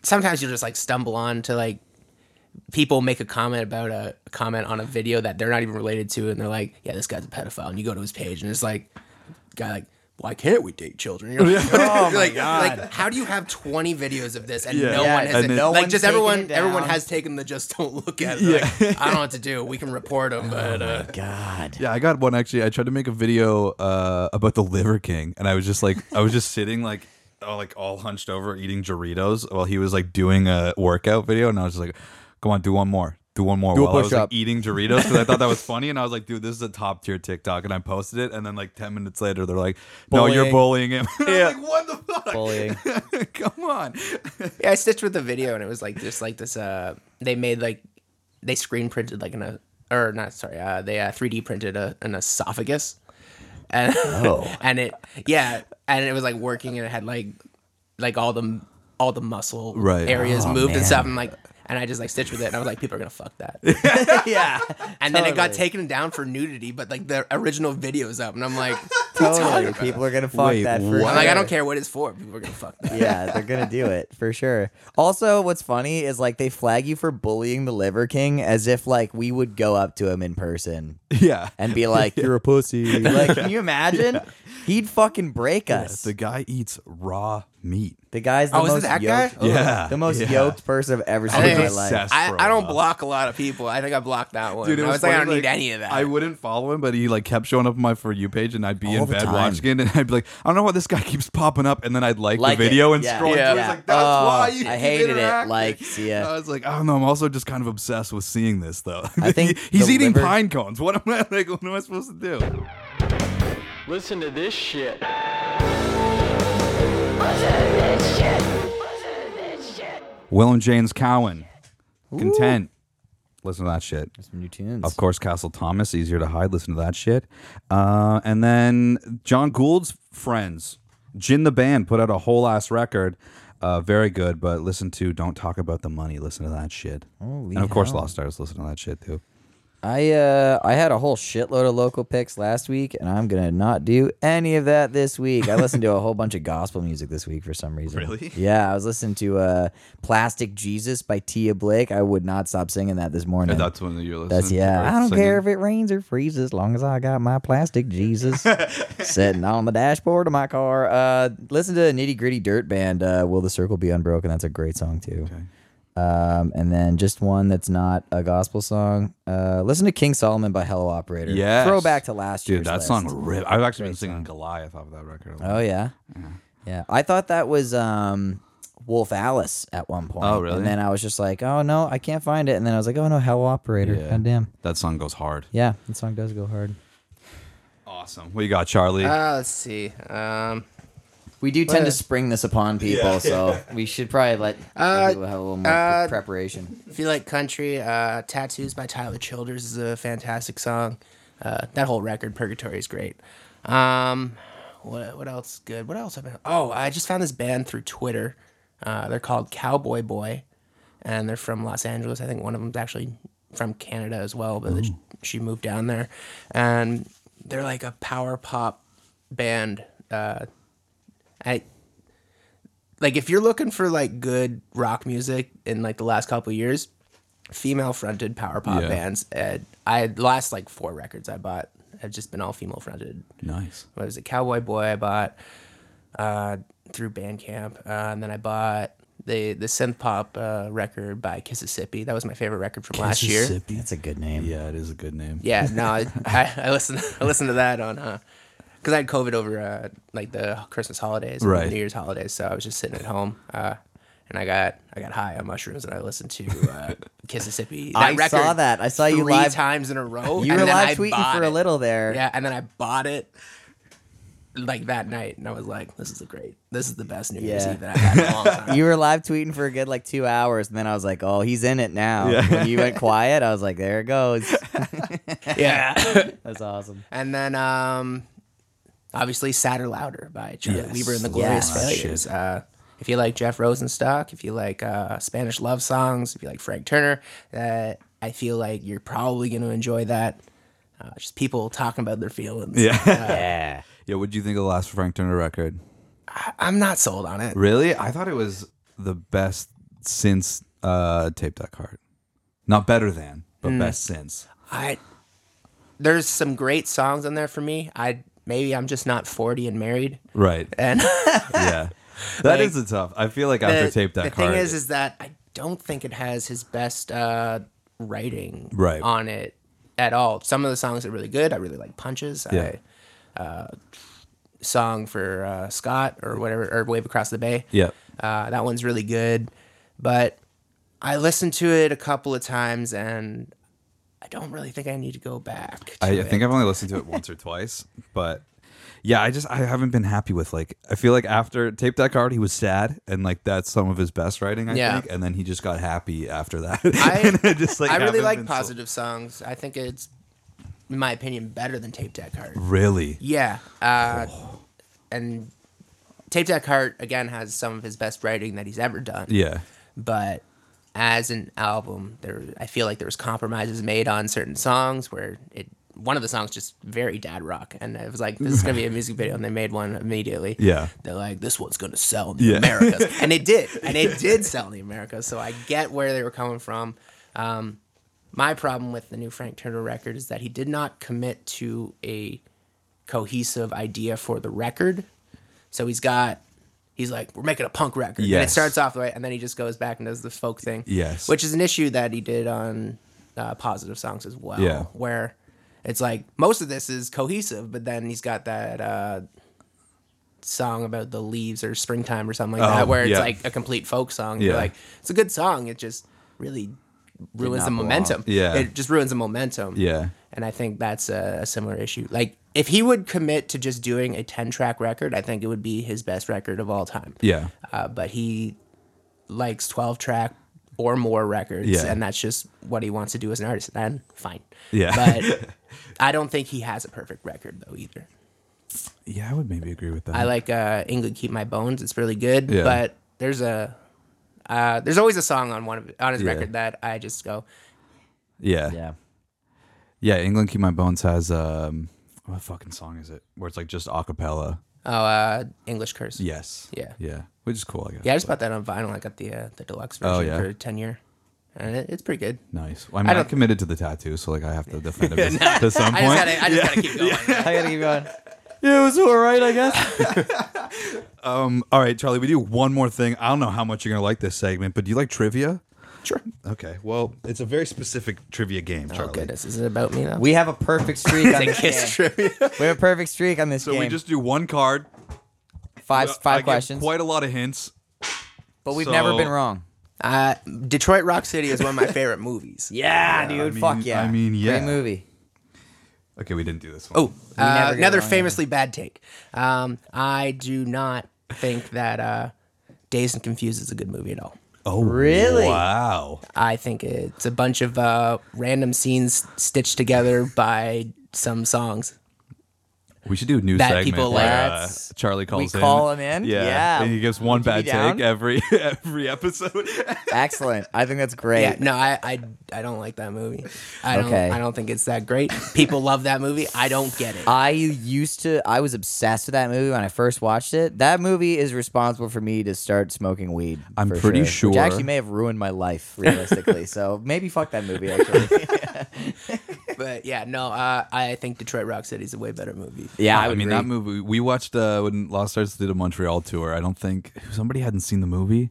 Speaker 6: sometimes you'll just like stumble on to like people make a comment about a comment on a video that they're not even related to and they're like yeah this guy's a pedophile and you go to his page and it's like guy like why can't we date children? You're like, you're like, like, how do you have 20 videos of this and
Speaker 4: Yeah.
Speaker 6: no
Speaker 4: Yeah,
Speaker 6: one has
Speaker 4: and no
Speaker 6: no like
Speaker 5: one's
Speaker 6: just
Speaker 5: taking
Speaker 6: everyone
Speaker 5: it
Speaker 6: everyone
Speaker 5: down.
Speaker 6: has taken the just don't look at it. They're Like, I don't know what to do. We can report them, but uh,
Speaker 5: Oh God.
Speaker 4: yeah. I got one actually. I tried to make a video uh, about the Liver King, and I was just like, I was just sitting like. All, like all hunched over eating Doritos while he was like doing a workout video, and I was just like, "Come on, do one more, do one more."
Speaker 5: Do a
Speaker 4: while I was like
Speaker 5: push-up.
Speaker 4: eating Doritos because I thought that was funny, and I was like, "Dude, this is a top tier TikTok," and I posted it, and then like ten minutes later, they're like, "No, you're bullying him." And I was like, "What the fuck?
Speaker 5: Bullying.
Speaker 4: Come on."
Speaker 6: Yeah, I stitched with the video, and it was like just like this. Uh, they made like they screen printed like an uh, or not sorry, uh, they uh, 3D printed a, an esophagus, and
Speaker 5: Oh.
Speaker 6: and it yeah, and it was like working, and it had like like all the all the muscle
Speaker 4: Right.
Speaker 6: areas moved
Speaker 5: Oh, man.
Speaker 6: and stuff, and like. And I just like stitched with it, and I was like, "People are gonna fuck that."
Speaker 5: yeah.
Speaker 6: And then it got
Speaker 5: Totally.
Speaker 6: taken down for nudity, but like the original video's up, and I'm like,
Speaker 5: Totally. People are gonna fuck
Speaker 4: Wait,
Speaker 5: that. For
Speaker 4: what?
Speaker 6: "I'm like, I
Speaker 5: sure.
Speaker 6: don't care what it's for. People are gonna fuck that."
Speaker 5: yeah, they're gonna do it for sure. Also, what's funny is like they flag you for bullying the Liver King as if like we would go up to him in person
Speaker 4: Yeah,
Speaker 5: and be like, "You're a pussy." Like, can you imagine? He'd fucking break us.
Speaker 4: the guy eats raw meat.
Speaker 5: the guy's the
Speaker 6: Oh, is it
Speaker 5: most
Speaker 6: that guy?
Speaker 5: yoked.
Speaker 4: Yeah,
Speaker 5: the most
Speaker 4: yeah.
Speaker 5: yoked person I've ever seen in my
Speaker 6: was
Speaker 5: life.
Speaker 4: obsessed.
Speaker 6: I,
Speaker 4: for a
Speaker 6: I don't
Speaker 4: while.
Speaker 6: block a lot of people. I think I blocked that one.
Speaker 4: Dude, it
Speaker 6: I
Speaker 4: was
Speaker 6: was like, I
Speaker 4: funny,
Speaker 6: don't need
Speaker 4: like,
Speaker 6: any of that.
Speaker 4: I wouldn't follow him, but he like kept showing up on my for you page, and I'd be
Speaker 5: All
Speaker 4: in bed
Speaker 5: time.
Speaker 4: watching it, and I'd be like, I don't know why this guy keeps popping up, and then I'd like,
Speaker 5: Like it,
Speaker 4: the video and
Speaker 5: yeah.
Speaker 4: scroll
Speaker 6: Yeah.
Speaker 4: through. It's like that's
Speaker 5: Oh,
Speaker 4: why you
Speaker 5: I
Speaker 4: keep
Speaker 5: hated it,
Speaker 4: interacting."
Speaker 5: like, see ya.
Speaker 4: I was like, I don't know. I'm also just kind of obsessed with seeing this though.
Speaker 5: I think
Speaker 4: He- he's
Speaker 5: the
Speaker 4: eating
Speaker 5: liver-
Speaker 4: pine cones. What am I like? What am I supposed to do?
Speaker 9: Listen to this shit.
Speaker 4: Will and James Cowan, content. Listen to that shit.
Speaker 5: Some new tunes.
Speaker 4: Of course, Castle Thomas, easier to hide. Listen to that shit. Uh, and then John Gould's friends, Jin the Band, put out a whole ass record. Uh, very good, but listen to Don't Talk About the Money. Listen to that shit.
Speaker 5: Holy
Speaker 4: and of course,
Speaker 5: hell.
Speaker 4: Lost Stars. Listen to that shit, too.
Speaker 5: I uh I had a whole shitload of local picks last week, and I'm gonna not do any of that this week. I listened to a whole bunch of gospel music this week for some reason.
Speaker 4: Really?
Speaker 5: Yeah, I was listening to uh "Plastic Jesus" by Tia Blake. I would not stop singing that this morning.
Speaker 4: when you're listening
Speaker 5: That's yeah. I don't care if it rains or freezes, as long as I got my plastic Jesus sitting on the dashboard of my car. Uh, listen to Nitty Gritty Dirt Band. Uh, Will the circle be unbroken? That's a great song too. Um, and then just one that's not a gospel song. Uh, listen to King Solomon by Hello Operator.
Speaker 4: Yes.
Speaker 5: Throwback to last year.
Speaker 4: Dude, that song rip. I've actually been singing Goliath off of that record.
Speaker 5: Oh yeah. yeah, I thought that was um, Wolf Alice at one point.
Speaker 4: Oh, really?
Speaker 5: And then I was just like, oh no, I can't find it. And then I was like, oh no, Hello Operator.
Speaker 4: Yeah.
Speaker 5: God damn.
Speaker 4: That song goes hard.
Speaker 5: Yeah, that song does go hard.
Speaker 4: Awesome. What you got, Charlie?
Speaker 6: Uh, let's see. Um,
Speaker 5: We do tend to spring this upon people, so we should probably let
Speaker 6: Uh,
Speaker 5: people have a little more
Speaker 6: uh,
Speaker 5: preparation.
Speaker 6: if you like country, uh, "Tattoos" by Tyler Childers is a fantastic song. Uh, that whole record, "Purgatory," is great. Um, what what else is good? What else? Have I, oh, I just found this band through Twitter. Uh, they're called Cowboy Boy, and they're from Los Angeles. I think one of them's actually from Canada as well, but
Speaker 4: Mm.
Speaker 6: she- she moved down there. And they're like a power pop band. Uh, I like if you're looking for like good rock music in like the last couple of years, female fronted power pop
Speaker 4: Yeah.
Speaker 6: bands. Uh, I the last like four records I bought have just been all female fronted.
Speaker 4: nice.
Speaker 6: What was it? Cowboy Boy I bought uh, through Bandcamp, uh, and then I bought the the synth pop uh, record by Kississippi. That was my favorite record from last year.
Speaker 5: That's a good name.
Speaker 4: Yeah, it is a good name.
Speaker 6: Yeah, no, I, I, I listened I listened to that on uh 'cause because I had COVID over uh, like the Christmas holidays, and
Speaker 4: Right.
Speaker 6: New Year's holidays, so I was just sitting at home. Uh, and I got I got high on mushrooms, and I listened to uh, Kississippi.
Speaker 5: I saw that. I saw you
Speaker 6: three
Speaker 5: live-
Speaker 6: times in a row.
Speaker 5: You
Speaker 6: and
Speaker 5: were
Speaker 6: then I
Speaker 5: live tweeting
Speaker 6: bought
Speaker 5: for a
Speaker 6: it.
Speaker 5: little there.
Speaker 6: Yeah, and then I bought it like that night, and I was like, "This is a great. This is the best New Year's
Speaker 5: Yeah.
Speaker 6: Eve that I've had in a long time."
Speaker 5: You were live tweeting for a good like two hours, and then I was like, "Oh, he's in it now." When you went quiet, I was like, "There it goes."
Speaker 6: yeah.
Speaker 5: That's awesome.
Speaker 6: And then um obviously Sadder Louder by Charlie
Speaker 4: Yes, Ah,
Speaker 6: Weaver and the
Speaker 4: love
Speaker 6: Glorious
Speaker 5: that
Speaker 6: Failures. Uh if you like Jeff Rosenstock, if you like uh, Spanish love songs, if you like Frank Turner, uh, I feel like you're probably going to enjoy that. Uh, just people talking about their feelings.
Speaker 4: Yeah.
Speaker 5: Yeah.
Speaker 4: yeah. What do you think of the last Frank Turner record?
Speaker 6: I- I'm not sold on it.
Speaker 4: Really? I thought it was the best since uh Tape Deck Heart. Not better than, but
Speaker 6: Mm.
Speaker 4: best since.
Speaker 6: I there's some great songs on there for me. I maybe I'm just not 40 and married,
Speaker 4: Right.
Speaker 6: and
Speaker 4: yeah. that
Speaker 6: Like,
Speaker 4: is a tough. I feel like after Tape Deck
Speaker 6: the thing
Speaker 4: Heart.
Speaker 6: is, is that I don't think it has his best uh, writing
Speaker 4: Right.
Speaker 6: on it at all. Some of the songs are really good. I really like Punches. I,
Speaker 4: Yeah.
Speaker 6: uh, song for uh, Scott or whatever, or Wave Across the Bay.
Speaker 4: yeah.
Speaker 6: Uh, that one's really good. But I listened to it a couple of times and I don't really think I need to go back. to
Speaker 4: I, I
Speaker 6: it.
Speaker 4: think I've only listened to it once or twice, but yeah, I just I haven't been happy with like I feel like after Tape Deck Heart he was sad and like that's some of his best writing I
Speaker 6: Yeah.
Speaker 4: think, and then he just got happy after that.
Speaker 6: I-
Speaker 4: And I just like
Speaker 6: I really
Speaker 4: haven't
Speaker 6: like
Speaker 4: been so-
Speaker 6: positive songs. I think it's, in my opinion, better than Tape Deck Heart.
Speaker 4: Really,
Speaker 6: Yeah. Uh, And Tape Deck Heart, again, has some of his best writing that he's ever done.
Speaker 4: yeah,
Speaker 6: But as an album, there I feel like there was compromises made on certain songs where it one of the songs just very dad rock and it was like this is gonna be a music video and they made one immediately
Speaker 4: Yeah.
Speaker 6: they're like this one's gonna sell in the
Speaker 4: Yeah.
Speaker 6: americas and it did and it did sell in the americas so i get where they were coming from um, my problem with the new frank turner record is that he did not commit to a cohesive idea for the record. So he's got he's like, We're making a punk record. And it
Speaker 4: Yes.
Speaker 6: starts off the way and then he just goes back and does this folk thing.
Speaker 4: Yes.
Speaker 6: Which is an issue that he did on uh, positive songs as well.
Speaker 4: Yeah.
Speaker 6: Where It's like most of this is cohesive, but then he's got that uh, song about the leaves or springtime or something like
Speaker 4: Oh,
Speaker 6: that, where it's
Speaker 4: yeah.
Speaker 6: like a complete folk song. You're
Speaker 4: Yeah.
Speaker 6: like, it's a good song. It just really ruins
Speaker 5: not
Speaker 6: the
Speaker 5: belong.
Speaker 6: momentum.
Speaker 4: Yeah.
Speaker 6: It just ruins the momentum.
Speaker 4: Yeah.
Speaker 6: And I think that's a, a similar issue. Like, if he would commit to just doing a 10 track record, I think it would be his best record of all time.
Speaker 4: Yeah.
Speaker 6: Uh, but he likes 12 track or more records,
Speaker 4: Yeah.
Speaker 6: and that's just what he wants to do as an artist. Then fine.
Speaker 4: Yeah.
Speaker 6: But I don't think he has a perfect record, though, either.
Speaker 4: Yeah, I would maybe agree with that.
Speaker 6: I like uh, "England Keep My Bones." It's really good,
Speaker 4: Yeah.
Speaker 6: but there's a uh, there's always a song on one of on his
Speaker 4: Yeah.
Speaker 6: record that I just go,
Speaker 4: Yeah. yeah.
Speaker 5: Yeah.
Speaker 4: England Keep My Bones has um what fucking song is it? Where it's like just a cappella.
Speaker 6: "Oh, uh, English Curse."
Speaker 4: Yes.
Speaker 6: Yeah.
Speaker 4: Yeah. Which is cool, I guess.
Speaker 6: Yeah, I just bought that on vinyl. I got the uh, the deluxe version
Speaker 4: Oh, yeah?
Speaker 6: for ten year, and it, it's pretty good.
Speaker 4: Nice. Well, I mean, I am
Speaker 6: don't-
Speaker 4: committed to the tattoo, so like I have to defend it to- to some
Speaker 6: I just
Speaker 4: point.
Speaker 6: gotta, I just gotta keep going.
Speaker 5: I gotta keep going.
Speaker 4: Yeah, it was all right, I guess. um, all right, Charlie, we do one more thing. I don't know how much you're gonna like this segment, but do you like trivia?
Speaker 6: Sure.
Speaker 4: Okay. Well, it's a very specific trivia game, Charlie.
Speaker 6: Oh goodness, is it about me though?
Speaker 5: We have a perfect streak on this game.
Speaker 6: kiss trivia.
Speaker 5: We have a perfect streak on this
Speaker 4: So
Speaker 5: game.
Speaker 4: we just do one card. Uh,
Speaker 5: five
Speaker 4: I
Speaker 5: five
Speaker 4: give
Speaker 5: questions,
Speaker 4: Quite a lot of hints.
Speaker 5: but we've
Speaker 4: so-
Speaker 5: never been wrong.
Speaker 6: Uh, Detroit Rock City is one of my favorite movies.
Speaker 5: Yeah, dude.
Speaker 4: mean-
Speaker 5: fuck yeah.
Speaker 4: I mean, yeah.
Speaker 5: Great movie.
Speaker 4: Okay, we didn't do this one.
Speaker 6: Oh, uh,
Speaker 5: never get
Speaker 6: another
Speaker 5: it wrong,
Speaker 6: famously bad take. Um, I do not think that uh, Dazed and Confused is a good movie at all.
Speaker 4: oh,
Speaker 5: really?
Speaker 4: Wow.
Speaker 6: I think it's a bunch of uh, random scenes stitched together by some songs.
Speaker 4: We should do a new
Speaker 6: That
Speaker 4: segment
Speaker 6: people
Speaker 4: where,
Speaker 5: like-
Speaker 4: uh,
Speaker 5: That's-
Speaker 4: Charlie calls in.
Speaker 5: call him in?
Speaker 4: Yeah.
Speaker 5: Yeah.
Speaker 4: And he gives one
Speaker 5: Would you be
Speaker 4: bad
Speaker 5: down?
Speaker 4: take every every episode.
Speaker 5: Excellent. I think that's great.
Speaker 6: Yeah, no, I, I, I don't like that movie. I don't
Speaker 5: Okay.
Speaker 6: I don't think it's that great. People love that movie. I don't get it.
Speaker 5: I used to. I was obsessed with that movie when I first watched it. That movie is responsible for me to start smoking weed.
Speaker 4: I'm
Speaker 5: for
Speaker 4: pretty
Speaker 5: Which
Speaker 4: sure-
Speaker 5: actually may have ruined my life realistically. so maybe fuck that movie. Actually,
Speaker 6: But yeah, no, uh, I think Detroit Rock City is a way better movie.
Speaker 5: yeah.
Speaker 4: I,
Speaker 5: would
Speaker 4: mean, that
Speaker 5: agree.
Speaker 4: movie we watched uh, when Lost Arts did a Montreal tour. I don't think somebody hadn't seen the movie,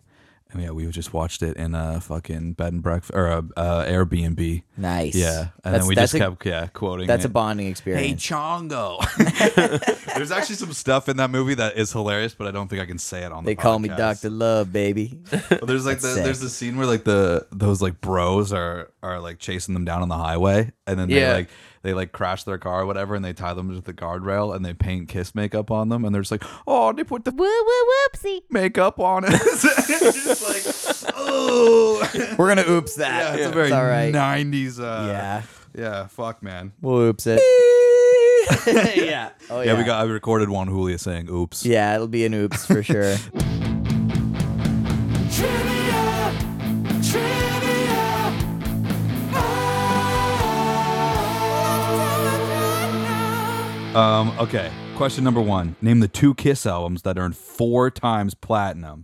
Speaker 4: and yeah, we just watched it in a fucking bed and breakfast or a uh, Airbnb.
Speaker 5: Nice.
Speaker 4: Yeah, and
Speaker 5: That's-
Speaker 4: then we
Speaker 5: that's
Speaker 4: just
Speaker 5: a-
Speaker 4: kept yeah quoting.
Speaker 5: That's a
Speaker 4: it.
Speaker 5: bonding experience.
Speaker 4: Chongo. There's actually some stuff in that movie that is hilarious, but I don't think I can say it on
Speaker 5: they
Speaker 4: the
Speaker 5: call me
Speaker 4: podcast.
Speaker 5: Doctor Love, baby.
Speaker 4: Well, there's like the,
Speaker 5: sick.
Speaker 4: there's the scene where like the those like bros are are like chasing them down on the highway, and then
Speaker 6: Yeah.
Speaker 4: they like they like crash their car or whatever, and they tie them to the guardrail and they paint kiss makeup on them, and they're just like, oh, they put the
Speaker 1: Woo woo whoopsie.
Speaker 4: makeup on us. it's just like, oh, yeah,
Speaker 5: We're gonna oops that.
Speaker 4: it's a very
Speaker 5: all right.
Speaker 4: 90s. Uh,
Speaker 5: Yeah.
Speaker 4: yeah, fuck, man.
Speaker 5: We'll oops it. yeah. Oh yeah.
Speaker 4: Yeah, we got. I recorded Juan Julia saying, "Oops."
Speaker 5: Yeah, it'll be an oops for sure.
Speaker 4: Um, okay. Question number one: Name the two Kiss albums that earned four times platinum.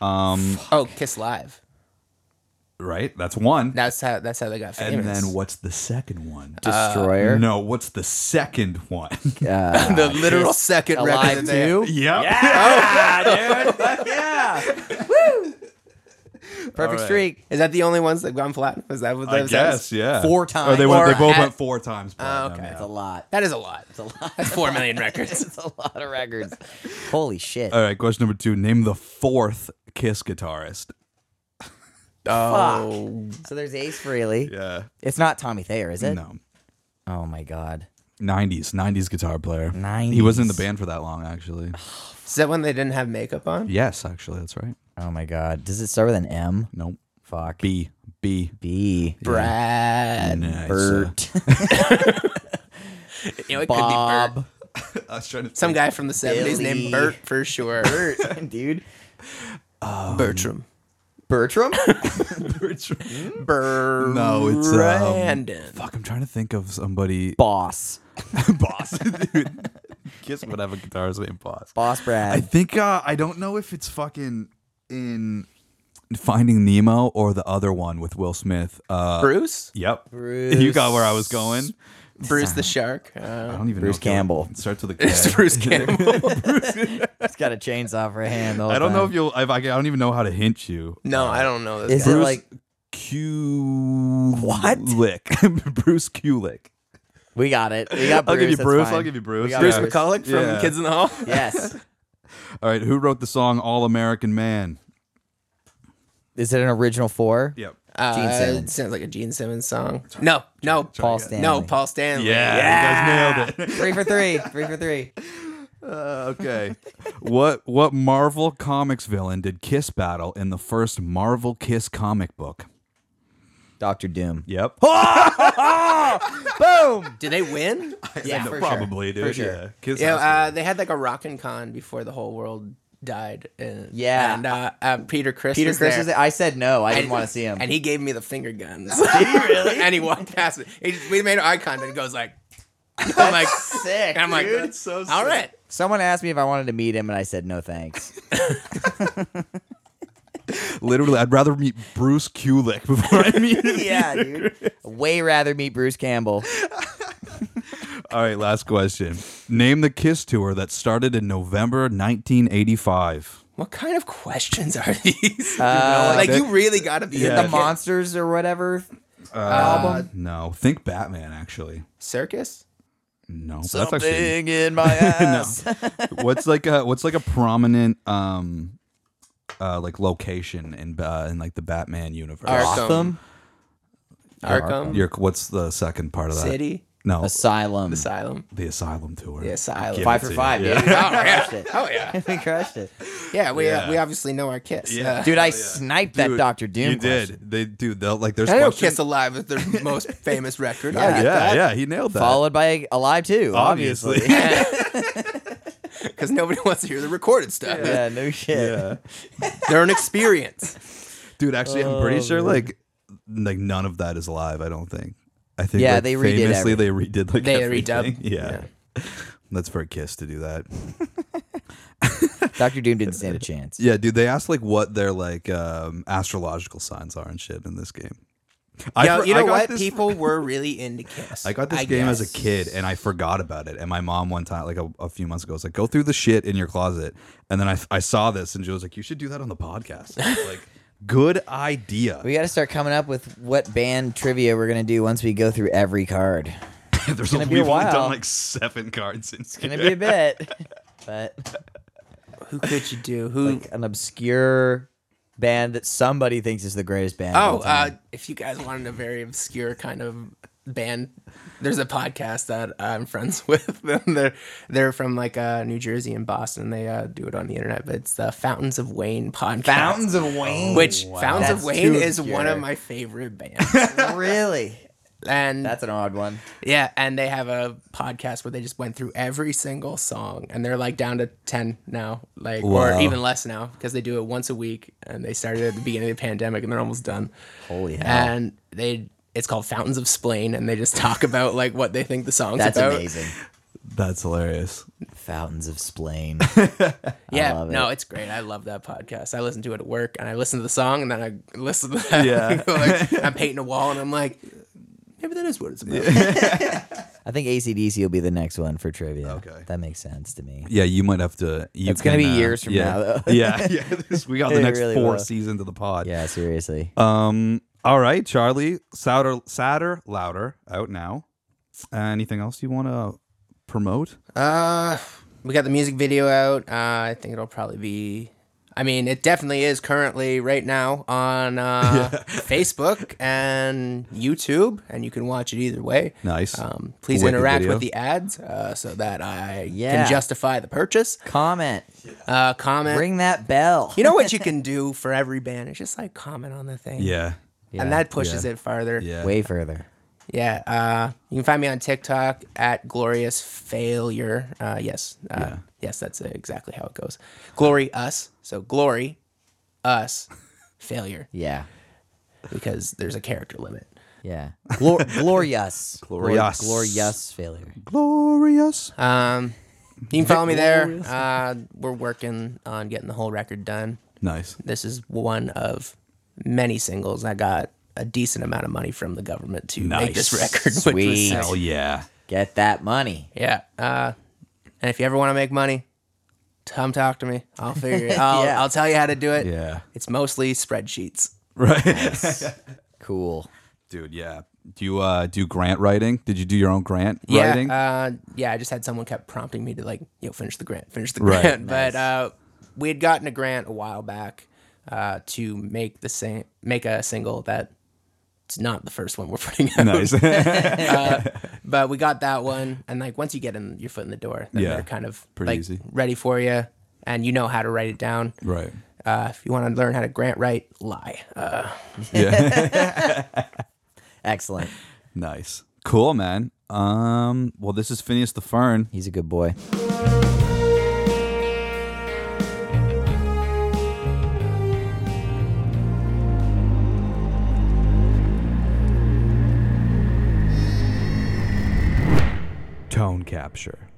Speaker 6: Oh, Kiss Live.
Speaker 4: Right, that's one.
Speaker 6: That's how that's how they got famous.
Speaker 4: And then what's the second one?
Speaker 5: Destroyer.
Speaker 4: No, what's the second one?
Speaker 5: Uh,
Speaker 6: the literal second
Speaker 5: Alive
Speaker 6: record that they
Speaker 5: too.
Speaker 4: yep.
Speaker 5: Perfect streak.
Speaker 6: Is that the only ones that gone flat? Is that what
Speaker 4: I
Speaker 6: that was?
Speaker 4: guess, yeah.
Speaker 5: Four
Speaker 4: Or they,
Speaker 5: times.
Speaker 4: went,
Speaker 6: Or
Speaker 4: they both
Speaker 6: at-
Speaker 4: went four times. platinum,
Speaker 6: okay.
Speaker 4: yeah.
Speaker 5: That's a lot.
Speaker 6: That is a lot. That's a lot. That's four million records.
Speaker 5: It's a lot of records. Holy shit.
Speaker 4: All right, question number two. Name the fourth Kiss guitarist.
Speaker 6: Oh,
Speaker 5: So there's Ace Frehley.
Speaker 4: Yeah.
Speaker 5: It's not Tommy Thayer, is it?
Speaker 4: Uh, No.
Speaker 5: Oh my god.
Speaker 4: 90s, 90s guitar player. He wasn't in the
Speaker 5: 90s.
Speaker 4: band for that long, actually.
Speaker 6: is that when they didn't have makeup on?
Speaker 4: yes, actually, that's right.
Speaker 5: Oh my god. Does it start with an M?
Speaker 4: Nope.
Speaker 5: Fuck.
Speaker 4: B. B.
Speaker 5: B.
Speaker 6: Brad,
Speaker 4: Nice.
Speaker 5: Bert.
Speaker 4: uh,
Speaker 6: you know, it could be Bert.
Speaker 5: Bob.
Speaker 4: I was trying to
Speaker 6: Some guy from the seventies
Speaker 5: Billy.
Speaker 6: named Bert for sure.
Speaker 5: Dude.
Speaker 6: Bertram,
Speaker 5: Bertram?
Speaker 6: Bert,
Speaker 4: No, it's, um,
Speaker 6: Brandon.
Speaker 4: Fuck, I'm trying to think of somebody.
Speaker 5: Boss.
Speaker 4: Boss, dude. Kiss would have a guitarist named Boss.
Speaker 5: Boss Brad.
Speaker 4: I think uh, I don't know if it's fucking in Finding Nemo or the other one with Will Smith. Uh,
Speaker 6: Bruce,
Speaker 4: Yep,
Speaker 5: Bruce.
Speaker 4: you got where I was going.
Speaker 6: Bruce the Shark.
Speaker 4: I
Speaker 6: Uh,
Speaker 4: don't even
Speaker 5: Bruce
Speaker 4: know if you'll-
Speaker 5: Campbell.
Speaker 4: It starts with a
Speaker 6: it's
Speaker 4: K.
Speaker 6: Bruce Campbell.
Speaker 5: He's got a chainsaw for a hand. the whole
Speaker 4: I don't know
Speaker 5: time.
Speaker 4: if you'll. I, I don't even know how to hint you.
Speaker 6: no, I don't know. This
Speaker 5: Is
Speaker 6: guy.
Speaker 5: it
Speaker 4: Bruce
Speaker 5: like
Speaker 4: Kulick. Bruce Kulick.
Speaker 5: We got it. We got Bruce.
Speaker 4: I'll give you
Speaker 5: that's
Speaker 4: Bruce.
Speaker 5: fine.
Speaker 4: I'll give you Bruce.
Speaker 5: We got
Speaker 4: Bruce
Speaker 6: McCulloch from
Speaker 4: Yeah.
Speaker 6: Kids in the Hall.
Speaker 5: Yes.
Speaker 4: All right, who wrote the song All American Man?
Speaker 5: Is it an original four?
Speaker 4: Yep.
Speaker 6: Uh,
Speaker 5: Gene Simmons.
Speaker 6: Sounds like a Gene Simmons song. No, no,
Speaker 5: Paul Stanley.
Speaker 6: No, Paul Stanley.
Speaker 4: Yeah, you guys nailed it.
Speaker 5: Three for three. Three for three.
Speaker 4: Okay. what what Marvel Comics villain did Kiss battle in the first Marvel Kiss comic book?
Speaker 5: Doctor Doom.
Speaker 4: Yep.
Speaker 5: Boom.
Speaker 6: Did they win?
Speaker 5: Yeah, for
Speaker 4: Probably,
Speaker 5: sure.
Speaker 4: dude.
Speaker 5: For sure.
Speaker 4: Yeah. Kiss
Speaker 6: yeah,
Speaker 4: has to
Speaker 6: uh, they had like a rockin' con before the whole world died. And,
Speaker 5: Yeah.
Speaker 6: and uh, uh, Peter Chris.
Speaker 5: Peter
Speaker 6: was
Speaker 5: Chris
Speaker 6: there.
Speaker 5: is. I said no. I
Speaker 6: And-
Speaker 5: didn't want to see him.
Speaker 6: And he gave me the finger guns. Did he really? and he walked past me. He just- we made eye contact. He goes like, I'm like,
Speaker 5: sick.
Speaker 6: and I'm like,
Speaker 5: dude.
Speaker 6: that's so All right.
Speaker 5: Someone asked me if I wanted to meet him, and I said no, thanks.
Speaker 4: Literally, I'd rather meet Bruce Kulick before I meet him.
Speaker 5: yeah, dude. Way rather meet Bruce Campbell.
Speaker 4: All right, last question. Name the Kiss tour that started in November 1985.
Speaker 6: What kind of questions are these?
Speaker 5: Uh,
Speaker 6: like,
Speaker 4: that-
Speaker 6: you really got to be
Speaker 4: Yeah.
Speaker 5: The
Speaker 4: Okay.
Speaker 5: monsters or whatever.
Speaker 4: No, think Batman, actually.
Speaker 6: circus.
Speaker 4: No, but that's actually.
Speaker 5: Something in my ass.
Speaker 4: What's like a what's like a prominent um uh like location in uh, in like the Batman universe?
Speaker 6: Arkham.
Speaker 5: Gotham?
Speaker 6: Arkham
Speaker 4: Your, what's the second part of that?
Speaker 6: City
Speaker 4: No,
Speaker 5: Asylum.
Speaker 6: Asylum.
Speaker 4: the asylum tour.
Speaker 6: The Asylum.
Speaker 4: Give
Speaker 5: Five
Speaker 4: it
Speaker 5: for
Speaker 4: to
Speaker 5: five,
Speaker 4: you.
Speaker 5: dude. We crushed it.
Speaker 6: Oh yeah,
Speaker 5: We crushed it.
Speaker 6: yeah. We Uh, we obviously know our kiss.
Speaker 4: Oh, Yeah.
Speaker 6: Uh,
Speaker 5: Dude, I sniped that
Speaker 4: Dude,
Speaker 5: Doctor Doom.
Speaker 4: You
Speaker 5: question.
Speaker 4: did. They do. They'll like. There's
Speaker 6: I know
Speaker 4: question-
Speaker 6: Uh, Kiss Alive is their most famous record. I
Speaker 4: Yeah,
Speaker 6: get that.
Speaker 4: yeah. He nailed that.
Speaker 5: Followed by Alive too.
Speaker 4: obviously.
Speaker 5: obviously.
Speaker 6: because nobody wants to hear the recorded stuff.
Speaker 5: yeah, no shit.
Speaker 4: yeah,
Speaker 6: They're an experience.
Speaker 4: dude. Actually, I'm pretty sure like like none of that is live. I don't think. I think
Speaker 5: Yeah,
Speaker 4: like,
Speaker 5: they redid
Speaker 4: famously
Speaker 5: every-
Speaker 4: they redid like
Speaker 6: They
Speaker 4: everything.
Speaker 6: redubbed.
Speaker 4: Yeah. That's for a kiss to do that.
Speaker 5: Doctor Doom didn't stand a chance.
Speaker 4: Yeah, dude. They asked like what their like um astrological signs are and shit in this game. I,
Speaker 6: Yo,
Speaker 4: for-
Speaker 6: you
Speaker 4: I
Speaker 6: know
Speaker 4: got
Speaker 6: what?
Speaker 4: this-
Speaker 6: People were really into Kiss.
Speaker 4: I got this game as a
Speaker 6: guess.
Speaker 4: kid and I forgot about it. And my mom one time, like a, a few months ago, was like, "Go through the shit in your closet." And then I, I saw this and Joe was like, "You should do that on the podcast." And I was like, good idea.
Speaker 5: We got to start coming up with what band trivia we're gonna do once we go through every card.
Speaker 4: There's
Speaker 5: gonna
Speaker 4: only,
Speaker 5: be a
Speaker 4: we've only
Speaker 5: while.
Speaker 4: done like seven cards since.
Speaker 5: It's gonna be a bit, but
Speaker 6: Who could you do? Who?
Speaker 5: an obscure band that somebody thinks is the greatest band. of
Speaker 6: oh,
Speaker 5: all time.
Speaker 6: uh, if you guys wanted a very obscure kind of band, there's a podcast that I'm friends with. And they're they're from like uh, New Jersey and Boston. They uh, do it on the internet, but it's the Fountains of Wayne podcast.
Speaker 5: Fountains of Wayne.
Speaker 6: Which Fountains
Speaker 5: That's
Speaker 6: of Wayne
Speaker 5: too
Speaker 6: is
Speaker 5: obscure.
Speaker 6: one of my favorite bands,
Speaker 5: really?
Speaker 6: and
Speaker 5: That's an odd one.
Speaker 6: Yeah, and they have a podcast where they just went through every single song, and they're like down to ten now, like
Speaker 4: Wow.
Speaker 6: or even less now because they do it once a week, and they started at the beginning of the pandemic, and they're almost done.
Speaker 5: Holy hell.
Speaker 6: And they, it's called Fountains of Splain, and they just talk about like what they think the song's
Speaker 5: That's
Speaker 6: about.
Speaker 5: amazing.
Speaker 4: That's hilarious.
Speaker 5: Fountains of Splain.
Speaker 6: Yeah,
Speaker 5: love
Speaker 6: no, it's great. I love that podcast. I listen to it at work, and I listen to the song, and then I listen to that.
Speaker 4: Yeah.
Speaker 6: like, I'm painting a wall, and I'm like, maybe that is what it's about.
Speaker 5: I think ACDC will be the next one for trivia.
Speaker 4: Okay.
Speaker 5: That makes sense to me.
Speaker 4: Yeah, you might have to. You
Speaker 5: It's gonna
Speaker 4: can,
Speaker 5: be
Speaker 4: uh,
Speaker 5: years from
Speaker 4: yeah.
Speaker 5: now, though.
Speaker 4: yeah, yeah. This, we got the
Speaker 5: It
Speaker 4: next
Speaker 5: really
Speaker 4: four
Speaker 5: will.
Speaker 4: seasons of the pod.
Speaker 5: Yeah, seriously.
Speaker 4: Um. All right, Charlie. Sadder, sadder, louder. Out now. Uh, anything else you want to promote?
Speaker 6: Uh, we got the music video out. Uh, I think it'll probably be. I mean, it definitely is currently right now on uh, Facebook and YouTube, and you can watch it either way.
Speaker 4: Nice.
Speaker 6: Um, please
Speaker 4: Wicked
Speaker 6: interact
Speaker 4: video.
Speaker 6: with the ads uh, so that I
Speaker 5: Yeah.
Speaker 6: can justify the purchase.
Speaker 5: Comment.
Speaker 6: Uh, comment.
Speaker 5: Ring that bell.
Speaker 6: you know what you can do for every band? It's just like comment on the thing.
Speaker 4: Yeah.
Speaker 6: And that pushes
Speaker 4: yeah.
Speaker 6: it farther.
Speaker 4: Yeah.
Speaker 5: Way further.
Speaker 6: Yeah, uh, you can find me on TikTok at Glorious Failure. Uh, yes, uh, yes, that's exactly how it goes. Glory us, so glory us failure
Speaker 5: Yeah.
Speaker 6: because there's a character limit.
Speaker 5: Yeah. Glor- glorious. Glor-
Speaker 4: Glorious.
Speaker 5: Glorious failure.
Speaker 4: Glorious.
Speaker 6: Um, you can follow me there. Uh, we're working on getting the whole record done.
Speaker 4: Nice.
Speaker 6: This is one of many singles. I got a decent amount of money from the government to make this
Speaker 4: Nice.
Speaker 6: record, which was
Speaker 5: Sweet.
Speaker 6: sick.
Speaker 4: Hell Oh, yeah.
Speaker 5: Get that money.
Speaker 6: Yeah. Uh, and if you ever want to make money, come talk to me. I'll figure it. I'll,
Speaker 5: Yeah.
Speaker 6: I'll tell you how to do it.
Speaker 4: Yeah.
Speaker 6: It's mostly spreadsheets.
Speaker 4: Right.
Speaker 5: Cool.
Speaker 4: Dude, yeah. Do you uh, do grant writing? Did you do your own grant writing?
Speaker 6: Yeah, uh, yeah. I just had someone kept prompting me to like, yo, finish the grant, finish the
Speaker 4: Right.
Speaker 6: grant. But uh, we had gotten a grant a while back uh, to make the same, make a single that it's not the first one we're putting out.
Speaker 4: nice.
Speaker 6: But we got that one, and like once you get in your foot in the door, then
Speaker 4: Yeah,
Speaker 6: they're kind of
Speaker 4: pretty
Speaker 6: like
Speaker 4: easy.
Speaker 6: ready for you, and you know how to write it down.
Speaker 4: right.
Speaker 6: Uh, if you want to learn how to grant write, lie. Uh,
Speaker 4: Yeah.
Speaker 5: Excellent.
Speaker 4: nice. Cool, man. Um. Well, this is Phineas the Fern.
Speaker 5: He's a good boy.
Speaker 8: Tone capture.